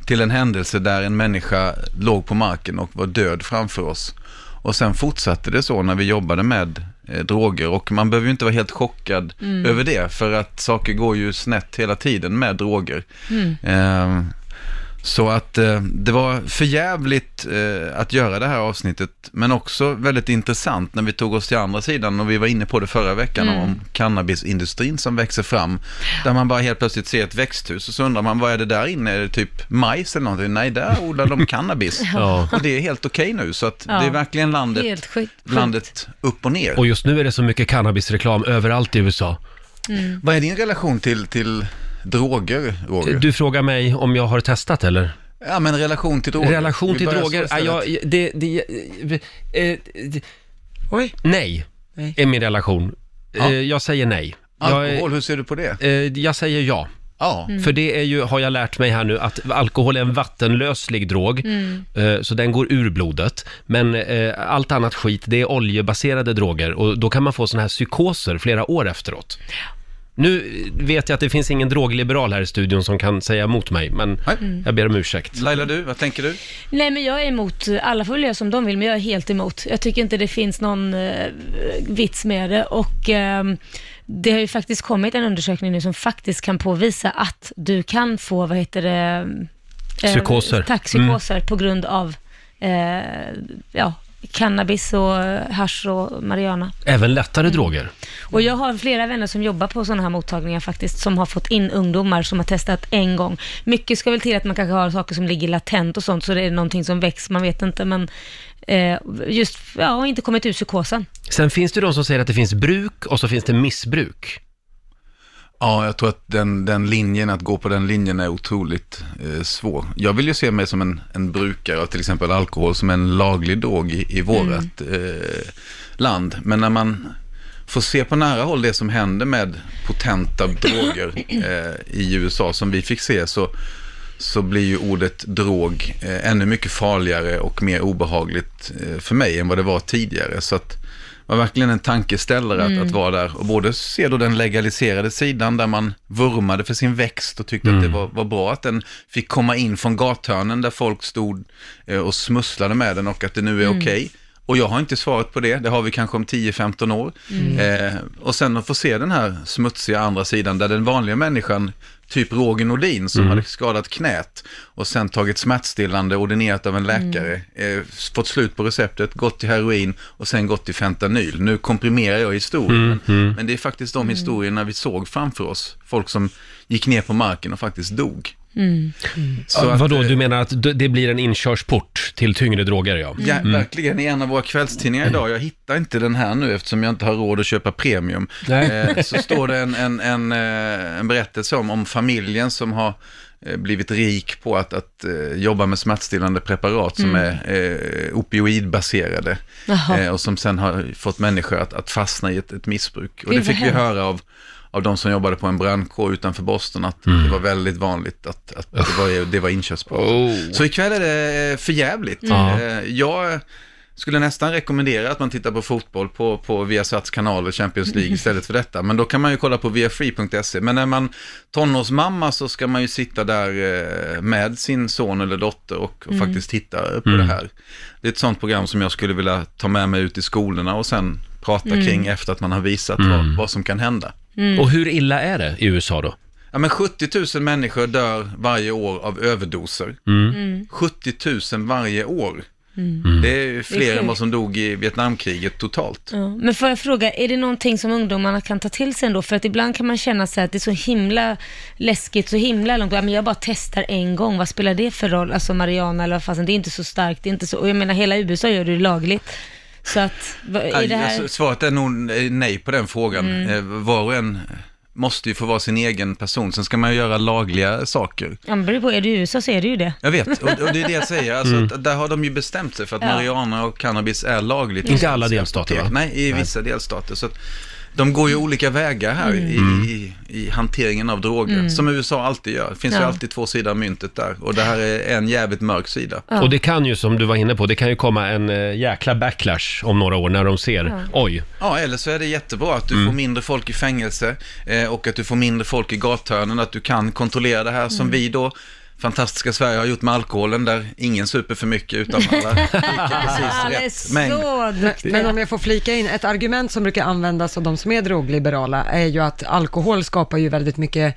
S15: till en händelse där en människa låg på marken och var död framför oss. Och sen fortsatte det så när vi jobbade med eh, droger och man behöver ju inte vara helt chockad
S16: Mm.
S15: över det för att saker går ju snett hela tiden med droger.
S16: Mm.
S15: Eh, så att eh, det var förjävligt eh, att göra det här avsnittet, men också väldigt intressant när vi tog oss till andra sidan och vi var inne på det förra veckan
S16: Mm.
S15: om cannabisindustrin som växer fram. Där man bara helt plötsligt ser ett växthus och så undrar man vad är det där inne? Är det typ majs eller någonting? Nej, där odlar de cannabis.
S1: Ja.
S15: Och det är helt okej nu, så att
S2: Ja.
S15: det är verkligen landet,
S2: Helt sjukt.
S15: landet upp och ner.
S1: Och just nu är det så mycket cannabisreklam överallt i USA.
S2: Mm.
S15: Vad är din relation till, till droger, Roger?
S1: Du frågar mig om jag har testat eller?
S15: Ja, men relation till droger.
S1: Relation
S15: Vi
S1: till
S15: börjar så
S1: droger? Ja,
S15: istället.
S1: jag, det, det, eh, eh, det, Nej, är min relation. Eh, Jag säger nej.
S15: Alkohol, hur ser du på det?
S1: Jag säger ja.
S15: Ja.
S1: För det är ju, har jag lärt mig här nu, att alkohol är en vattenlöslig drog.
S15: Mm.
S1: Eh, Så den går ur blodet. Men eh, allt annat skit, det är oljebaserade droger och då kan man få såna här psykoser flera år efteråt. Nu vet jag att det finns ingen drogliberal här i studion som kan säga emot mig, men
S2: Mm.
S1: jag ber om ursäkt.
S15: Laila, du, vad tänker du?
S2: Nej men jag är emot, alla får väl göra som de vill men jag är helt emot. Jag tycker inte det finns någon eh, vits med det och ehm, det har ju faktiskt kommit en undersökning nu som faktiskt kan påvisa att du kan få, vad heter det? eh,
S1: Psykoser.
S2: Tack, psykoser på grund av eh, ja, cannabis och eh, hasch och marijuana.
S1: Även lättare droger.
S2: Och jag har flera vänner som jobbar på sådana här mottagningar faktiskt, som har fått in ungdomar som har testat en gång. Mycket ska väl till att man kanske har saker som ligger latent och sånt, så det är någonting som väcks, man vet inte, men eh, just, ja, och inte kommit ur psykosen.
S1: Sen finns det ju de som säger att det finns bruk och så finns det missbruk.
S15: Ja, jag tror att den, den linjen, att gå på den linjen är otroligt eh, svår. Jag vill ju se mig som en, en brukare av till exempel alkohol som en laglig drog i, i vårat eh, land. Men när man får se på nära håll det som händer med potenta droger eh, i USA som vi fick se så, så blir ju ordet drog eh, ännu mycket farligare och mer obehagligt eh, för mig än vad det var tidigare. Så att det var verkligen en tankeställare att,
S16: Mm.
S15: att vara där och både se då den legaliserade sidan där man vurmade för sin växt och tyckte
S16: Mm.
S15: att det var, var bra att den fick komma in från gathörnen där folk stod eh, och smusslade med den och att det nu är
S16: Mm.
S15: okej. Och jag har inte svaret på det, det har vi kanske om 10-15 år.
S16: Mm.
S15: Eh, och sen att få se den här smutsiga andra sidan där den vanliga människan, typ Roger Nordin som
S16: Mm.
S15: hade skadat knät och sen tagit smärtstillande ordinerat av en läkare, eh, fått slut på receptet, gått till heroin och sen gått till fentanyl. Nu komprimerar jag historien,
S16: Mm,
S15: men,
S16: mm.
S15: men det är faktiskt de historierna vi såg framför oss. Folk som gick ner på marken och faktiskt dog.
S2: Mm.
S1: Så
S15: att, eh,
S1: vadå, du menar att d- det blir en inkörsport till tyngre droger? Ja, Mm.
S15: Ja,
S16: Mm.
S15: verkligen. I en av våra kvällstidningar idag, jag hittar inte den här nu eftersom jag inte har råd att köpa premium,
S1: Nej.
S15: Eh, så står det en, en, en, eh, en berättelse om, om familjen som har eh, blivit rik på att, att eh, jobba med smärtstillande preparat som
S16: Mm.
S15: är eh, opioidbaserade
S16: Jaha.
S15: eh, och som sen har fått människor att, att fastna i ett, ett missbruk.
S16: Gud,
S15: Och det
S16: vad
S15: fick vi
S16: hemskt.
S15: höra av av de som jobbade på en brandkår utanför Boston att
S16: Mm.
S15: det var väldigt vanligt att, att det, var, det var inkörsporten. Så ikväll är det eh, förjävligt.
S16: Oh. Ja.
S15: Eh, Jag skulle nästan rekommendera att man tittar på fotboll på, på Viasats kanaler, Champions League istället för detta. Men då kan man ju kolla på viafree.se. Men när man tonårsmamma så ska man ju sitta där eh, med sin son eller dotter och, och
S16: Mm.
S15: faktiskt titta på
S16: Mm.
S15: det här. Det är ett sånt program som jag skulle vilja ta med mig ut i skolorna och sen prata
S2: Mm.
S15: kring efter att man har visat vad, vad som kan hända.
S2: Mm. Och
S1: hur illa är det i USA då?
S15: Ja, men 70 000 människor dör varje år av överdoser.
S2: Mm.
S15: 70 000 varje år.
S2: Mm.
S15: Det är ju
S2: Det är
S15: fler
S2: sjukt.
S15: än vad som dog i Vietnamkriget totalt.
S2: Mm. Ja, men får jag fråga, är det någonting som ungdomarna kan ta till sig ändå? För att ibland kan man känna sig att det är så himla läskigt, så himla långt. Ja, men jag bara testar en gång, vad spelar det för roll? Alltså Mariana eller vad fasen, det är inte så starkt, det är inte så... Och jag menar, hela USA gör det lagligt. Så att, vad- är det
S15: Aj,
S2: här...
S15: alltså, Svaret är nog eh, nej på den frågan.
S2: Mm.
S15: Eh, Var och en måste ju få vara sin egen person. Sen ska man ju göra lagliga saker.
S2: Ja, men beror på, är du i USA så är det ju det.
S15: Jag vet, och, och det är det jag säger. Alltså,
S1: Mm.
S15: att Där har de ju bestämt sig för att
S2: Ja.
S15: marijuana och cannabis är lagligt.
S1: Inte
S15: i
S1: alla
S15: svenska
S1: delstater, va?
S15: apotek. Nej, i
S1: Nej.
S15: vissa delstater. Så att de går ju olika vägar här
S1: Mm.
S15: i, i, i hanteringen av droger,
S1: Mm.
S15: som USA alltid gör. Det finns ju
S1: Ja.
S15: alltid två sidor av myntet där, och det här är en jävligt mörk sida.
S1: Och det kan ju, som du var inne på, det kan ju komma en eh, jäkla backlash om några år när de ser,
S15: Ja.
S1: oj,
S15: Ja, eller så är det jättebra att du
S1: Mm.
S15: får mindre folk i fängelse eh, och att du får mindre folk i gathörnen, att du kan kontrollera det här som
S1: Mm.
S15: vi då, fantastiska Sverige, har gjort med alkoholen, där ingen super för mycket utan alla
S3: Precis,
S15: rätt mängd.
S3: Så duktig. Men om jag får flika in, ett argument som brukar användas av de som är drogliberala är ju att alkohol skapar ju väldigt mycket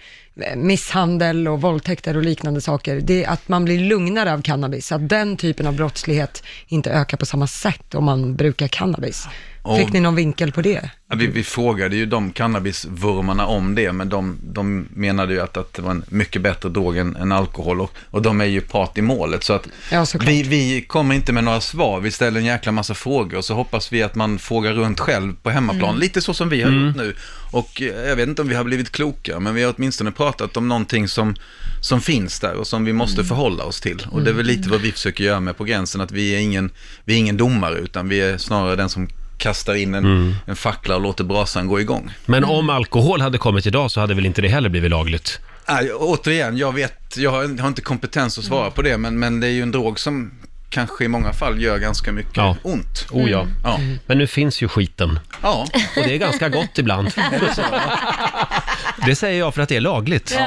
S3: eh, misshandel och våldtäkter och liknande saker. Det är att man blir lugnare av cannabis, att den typen av brottslighet inte ökar på samma sätt om man brukar cannabis. Fick
S15: Och-
S3: ni någon vinkel på det?
S15: Ja, Vi, vi frågade ju de cannabisvurmarna om det, men de, de menade ju att, att det var en mycket bättre drog än, än alkohol och, och de är ju part i målet. Så att
S3: Ja,
S15: vi, vi kommer inte med några svar, vi ställer en jäkla massa frågor och så hoppas vi att man frågar runt själv på hemmaplan,
S16: Mm.
S15: lite så som vi har
S16: Mm.
S15: gjort nu. Och eh, jag vet inte om vi har blivit kloka, men vi har åtminstone pratat om någonting som, som finns där och som vi måste förhålla oss till. Och det är väl lite vad vi försöker göra med På gränsen, att vi är ingen, vi är ingen domare, utan vi är snarare den som kastar in en, en fackla och låter brasan gå igång. Mm.
S1: men om alkohol hade kommit idag så hade väl inte det heller blivit lagligt?
S15: Nej, återigen, jag vet, jag har, har inte kompetens att svara på det, men, men det är ju en drog som kanske i många fall gör ganska mycket
S1: Ja.
S15: ont. Mm.
S1: Oh ja.
S15: ja.
S1: Men nu finns ju skiten.
S15: Ja.
S1: Och det är ganska gott ibland. Det säger jag för att det är lagligt.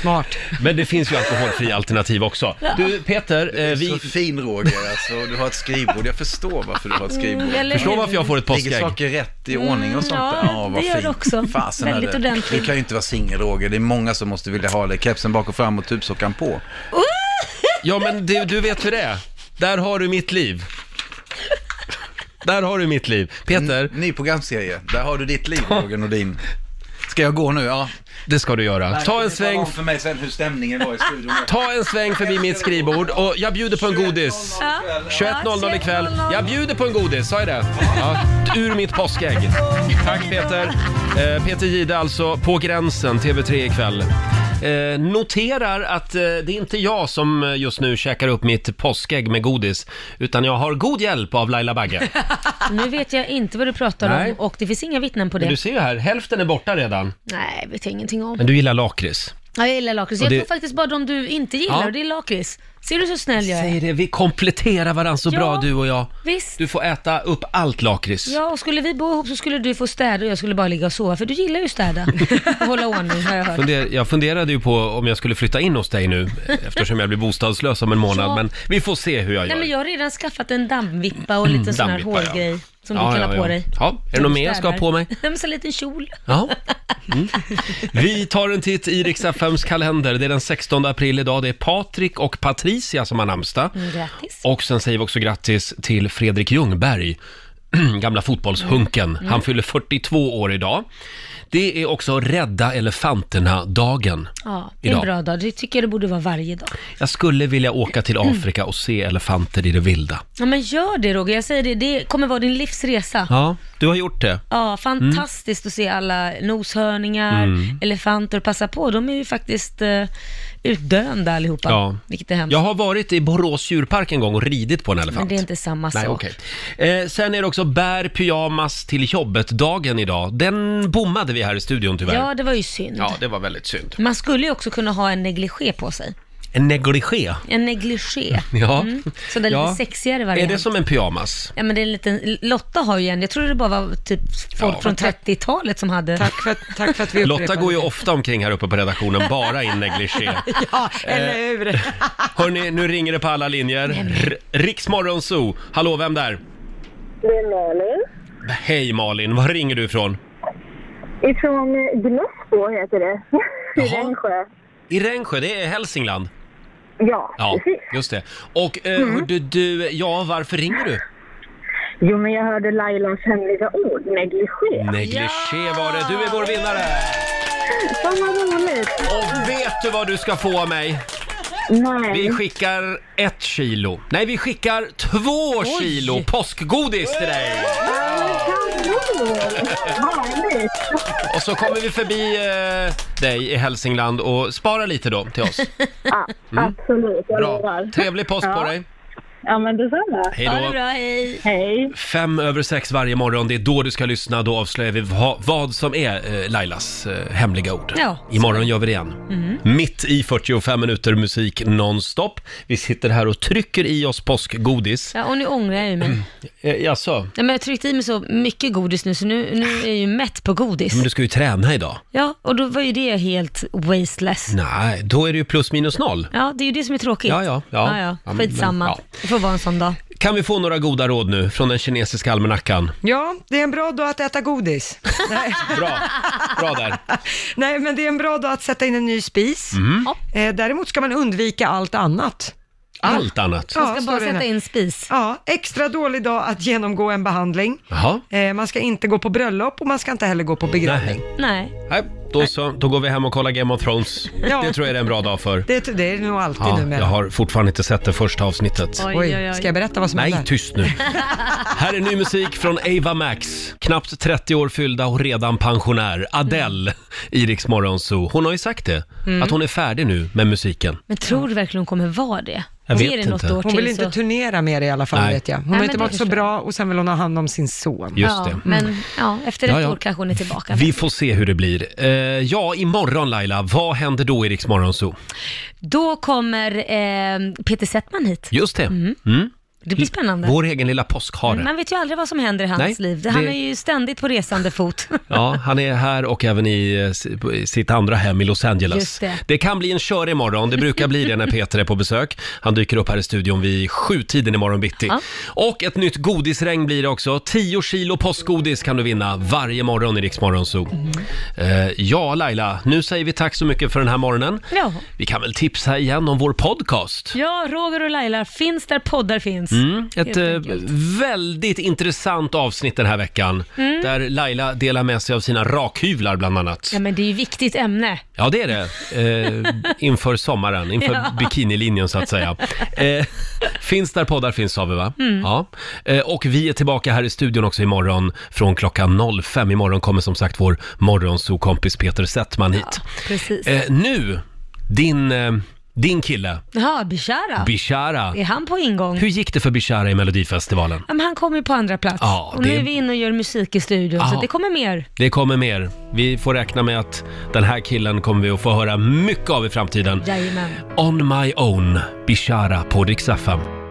S3: Smart.
S1: Men det finns ju alkoholfria alternativ också. Du Peter, eh,
S15: du är så fin Roger, alltså, du har ett skrivbord. Jag förstår varför du har ett skrivbord.
S2: Mm, eller Förstår hur? varför jag får ett påskägg.
S15: Ligger saker rätt i ordning och sånt
S2: Mm,
S15: där?
S2: ja,
S15: Ja,
S2: det
S15: vad
S2: gör det
S15: fint.
S2: också.
S15: Fasen är
S2: Väldigt
S15: det.
S2: ordentligt.
S15: Du kan ju inte vara singel Roger, det är många som måste vilja ha det. Kepsen bak och fram och tubsockan på.
S1: Ja, men du, du vet hur det är. Där har du mitt liv. Där har du mitt liv. Peter.
S15: Ny programserie. Där har du ditt liv, Roger Nordin. Ska jag gå nu? Ja.
S1: Det ska du göra. Ta en sväng.
S15: för mig sen hur stämningen var i studion.
S1: Ta en sväng förbi mitt skrivbord och jag bjuder på en godis.
S2: Ja.
S1: 21.00 ikväll. Jag bjuder på en godis, sa jag det? Ja, ur mitt påskägg. Tack Peter. Eh, Peter Gide alltså, På gränsen, TV3 ikväll. Eh, noterar att eh, det är inte jag som eh, just nu käkar upp mitt påskägg med godis, utan jag har god hjälp av Laila Bagge.
S2: Nu vet jag inte vad du pratar
S1: Nej.
S2: om och det finns inga vittnen på det.
S1: Men du ser ju här, hälften är borta redan.
S2: Nej, vet jag ingenting om.
S1: Men du gillar lakrits.
S2: Ja, jag gillar lakrits.
S1: Och
S2: Jag
S1: det-
S2: tror faktiskt bara de du inte gillar
S1: Ja.
S2: och det är lakrits. Ser du så snäll jag är?
S1: Säg det, vi kompletterar varandra så
S2: Ja,
S1: bra du och jag.
S2: visst.
S1: Du får äta upp allt lakrits.
S2: Ja, och skulle vi bo ihop så skulle du få städa och jag skulle bara ligga och sova, för du gillar ju att städa och hålla ordning, har jag hört.
S1: Funder, jag funderade ju på om jag skulle flytta in hos dig nu eftersom jag blir bostadslös om en månad.
S2: Ja.
S1: Men vi får se hur jag
S2: Nej,
S1: gör.
S2: men jag har redan skaffat en dammvippa och en liten sån här
S1: Dammvippa, ja.
S2: hårgrej som
S1: Ja,
S2: du kan
S1: ja,
S2: ha
S1: ja.
S2: på dig.
S1: Ja, är det något mer jag ska ha på mig?
S2: Nej, men så en liten kjol.
S1: Ja. Mm. Vi tar en titt i riks kalender. Det är den 16 april idag. Det är Patrik och Patricia som har namnsdag.
S2: Mm, Grattis.
S1: Och sen säger vi också grattis till Fredrik Ljungberg gamla fotbollshunken.
S16: Mm.
S1: Han fyller 42 år idag. Det är också Rädda Elefanterna-dagen.
S2: Ja, det är en
S1: Idag.
S2: bra dag. Det tycker jag det borde vara varje dag.
S1: Jag skulle vilja åka till
S2: Mm.
S1: Afrika och se elefanter i det vilda.
S2: Ja, men gör det Roger. Jag säger det, det kommer vara din livsresa. Ja.
S1: Ja, du har gjort det.
S2: fantastiskt att se alla noshörningar,
S1: Mm.
S2: elefanter. Passa på, de är ju faktiskt eh, utdöende allihopa.
S1: Ja.
S2: Vilket är hemskt.
S1: Jag har varit i Borås djurpark en gång och ridit på en elefant.
S2: Men det är inte samma
S1: Nej,
S2: sak.
S1: okej. eh, sen är det också bär pyjamas till jobbet-dagen idag. Den bommade vi här i studion tyvärr.
S2: Ja, det var ju synd.
S1: Ja, det var väldigt synd.
S2: Man skulle ju också kunna ha en negligé på sig.
S1: En negligé.
S2: En negligé.
S1: Ja.
S2: Så den är
S1: Ja.
S2: lite sexigare
S1: Är
S2: variant.
S1: det som en pyjamas?
S2: Ja men det är en liten, Lotta har ju en, jag trodde det bara var typ folk
S1: Ja.
S2: från 30-talet som hade. Tack
S3: för, tack för att
S1: Lotta går ju ofta omkring här uppe på redaktionen bara i en negligé.
S3: Ja,
S1: eller
S3: hur?
S1: Hörni, nu ringer det på alla linjer. R- Riksmorgon Zoo. Hallå, vem där?
S17: Det är Malin.
S1: Hej Malin, var ringer du ifrån?
S17: Ifrån eh, Gnosbo heter det. I Rengsjö.
S1: I Rengsjö, det är Hälsingland.
S17: Ja.
S1: Ja, just det. Och eh,
S17: Mm.
S1: hörde du, ja varför ringer du?
S17: Jo, men jag hörde Lailans hemliga ord, negligé.
S1: Negligé var det, du är vår vinnare!
S17: Fan vad roligt!
S1: Och vet du vad du ska få av mig?
S17: Nej.
S1: Vi skickar ett kilo. Nej, vi skickar två
S17: Oj.
S1: kilo påskgodis till dig! Och så kommer vi förbi eh, dig i Hälsingland och sparar lite då till oss.
S17: Ja,
S1: Mm.
S17: absolut. Jag
S1: Bra.
S17: lovar.
S1: Trevlig påsk på
S17: Ja.
S1: dig.
S17: Ja, men detsamma.
S1: Hej då. Ha det bra,
S2: hej.
S17: Hej.
S1: Fem över sex varje morgon, det är då du ska lyssna. Då avslöjar vi va- vad som är eh, Lailas eh, hemliga ord.
S2: Ja.
S1: Imorgon gör vi det igen.
S2: Mm.
S1: Mitt i 45 minuter musik nonstop. Vi sitter här och trycker i oss påskgodis.
S2: Ja, och nu ångrar jag ju mig.
S1: Eh, Jaså?
S2: Ja, men jag tryckte i mig så mycket godis nu så nu, nu är jag ju mätt på godis.
S1: Men du ska ju träna idag.
S2: Ja, och då var ju det helt wasteless.
S1: Nej, då är det ju plus minus noll.
S2: Ja, det är ju det som är tråkigt.
S1: Ja, ja, ja.
S2: ja,
S1: Ja, men-
S2: Skitsamma.
S1: men- ja.
S2: Det får vara en sån dag.
S1: Kan vi få några goda råd nu från den kinesiska almanackan?
S3: Ja, det är en bra dag att äta godis. Nej.
S1: Bra, bra där.
S3: Nej, men det är en bra dag att sätta in en ny spis.
S1: Mm.
S3: Eh, däremot ska man undvika allt annat.
S1: Allt annat.
S2: Man ska bara
S3: står det här.
S2: sätta in spis.
S3: Ja, extra dålig dag att genomgå en behandling.
S1: Jaha.
S3: Eh, man ska inte gå på bröllop och man ska inte heller gå på begravning.
S2: Nej.
S1: Nej, då så. Då går vi hem och kollar Game of Thrones.
S3: Ja.
S1: Det tror jag är en bra dag för.
S3: Det, det är nog alltid
S1: Ja,
S3: numera.
S1: jag har fortfarande inte sett det första avsnittet.
S3: Oj, oj, oj. Ska jag berätta vad som
S1: Nej,
S3: hände?
S1: tyst nu. Här är ny musik från Ava Max. Knappt 30 år fyllda och redan pensionär. Adele
S3: Mm.
S1: i Rix Morgon Zoo. Hon har ju sagt det,
S2: Mm.
S1: att hon är färdig nu med musiken.
S2: Men tror du verkligen hon kommer vara det?
S1: Jag
S2: Ge
S1: vet
S2: det något
S1: inte.
S2: År
S1: Hon
S2: till,
S1: vill
S3: inte
S2: så...
S3: turnera mer i alla fall
S1: Nej.
S3: vet jag. Hon
S2: Nej,
S3: har
S2: men
S3: inte
S2: det
S3: varit så
S2: förstår
S3: bra och sen vill hon ha hand om sin son.
S1: Just
S2: ja,
S1: det. Mm.
S2: Men ja, efter ett
S1: Ja, ja.
S2: år kanske hon är tillbaka.
S1: Vi får se hur det blir. Eh, ja, imorgon Laila, vad händer då i Rix Morgon Zoo?
S2: Då kommer eh, Peter Settman hit.
S1: Just det.
S2: Mm.
S1: Mm.
S2: Det blir spännande.
S1: Vår egen lilla påskhare.
S2: Man vet ju aldrig vad som händer i hans
S1: Nej,
S2: liv. Han
S1: det-
S2: är ju ständigt på resande fot.
S1: Ja, han är här och även i, eh, s- på- i sitt andra hem i Los Angeles.
S2: Just det.
S1: kan bli en kör imorgon, det brukar bli det när Peter är på besök. Han dyker upp här i studion vid sjutiden imorgon bitti.
S2: Ja.
S1: Och ett nytt godisregn blir det också. 10 kilo påskgodis kan du vinna varje morgon i Rix Morgon Zoo.
S2: Mm.
S1: Eh, ja, Laila, nu säger vi tack så mycket för den här morgonen.
S2: Ja.
S1: Vi kan väl tipsa igen om vår podcast.
S2: ja, Roger och Laila finns där poddar finns.
S1: Mm,
S2: Helt
S1: ett eh,
S2: enkelt.
S1: väldigt intressant avsnitt den här veckan.
S2: Mm.
S1: Där Laila delar med sig av sina rakhyvlar bland annat.
S2: Ja, men det är ju viktigt ämne.
S1: Ja, det är det. Eh, inför sommaren, inför
S2: Ja.
S1: bikinilinjen så att säga. Eh, finns där poddar finns sa vi va?
S2: Mm.
S1: Ja. Eh, och vi är tillbaka här i studion också imorgon från klockan 05. Imorgon kommer som sagt vår morgonsokompis Peter Settman hit.
S2: Precis.
S1: Eh, nu, din, eh, din kille,
S2: Jaha, Bishara.
S1: Bishara.
S2: Är han på ingång?
S1: Hur gick det för Bishara i Melodifestivalen?
S2: Ja, men han kommer ju på andra plats.
S1: Ja,
S2: och nu
S1: det-
S2: är vi inne och gör musik i studion,
S1: Ja.
S2: så det kommer mer.
S1: Det kommer mer. Vi får räkna med att den här killen kommer vi att få höra mycket av i framtiden.
S2: Jajamän.
S1: On My Own, Bishara på Rix FM.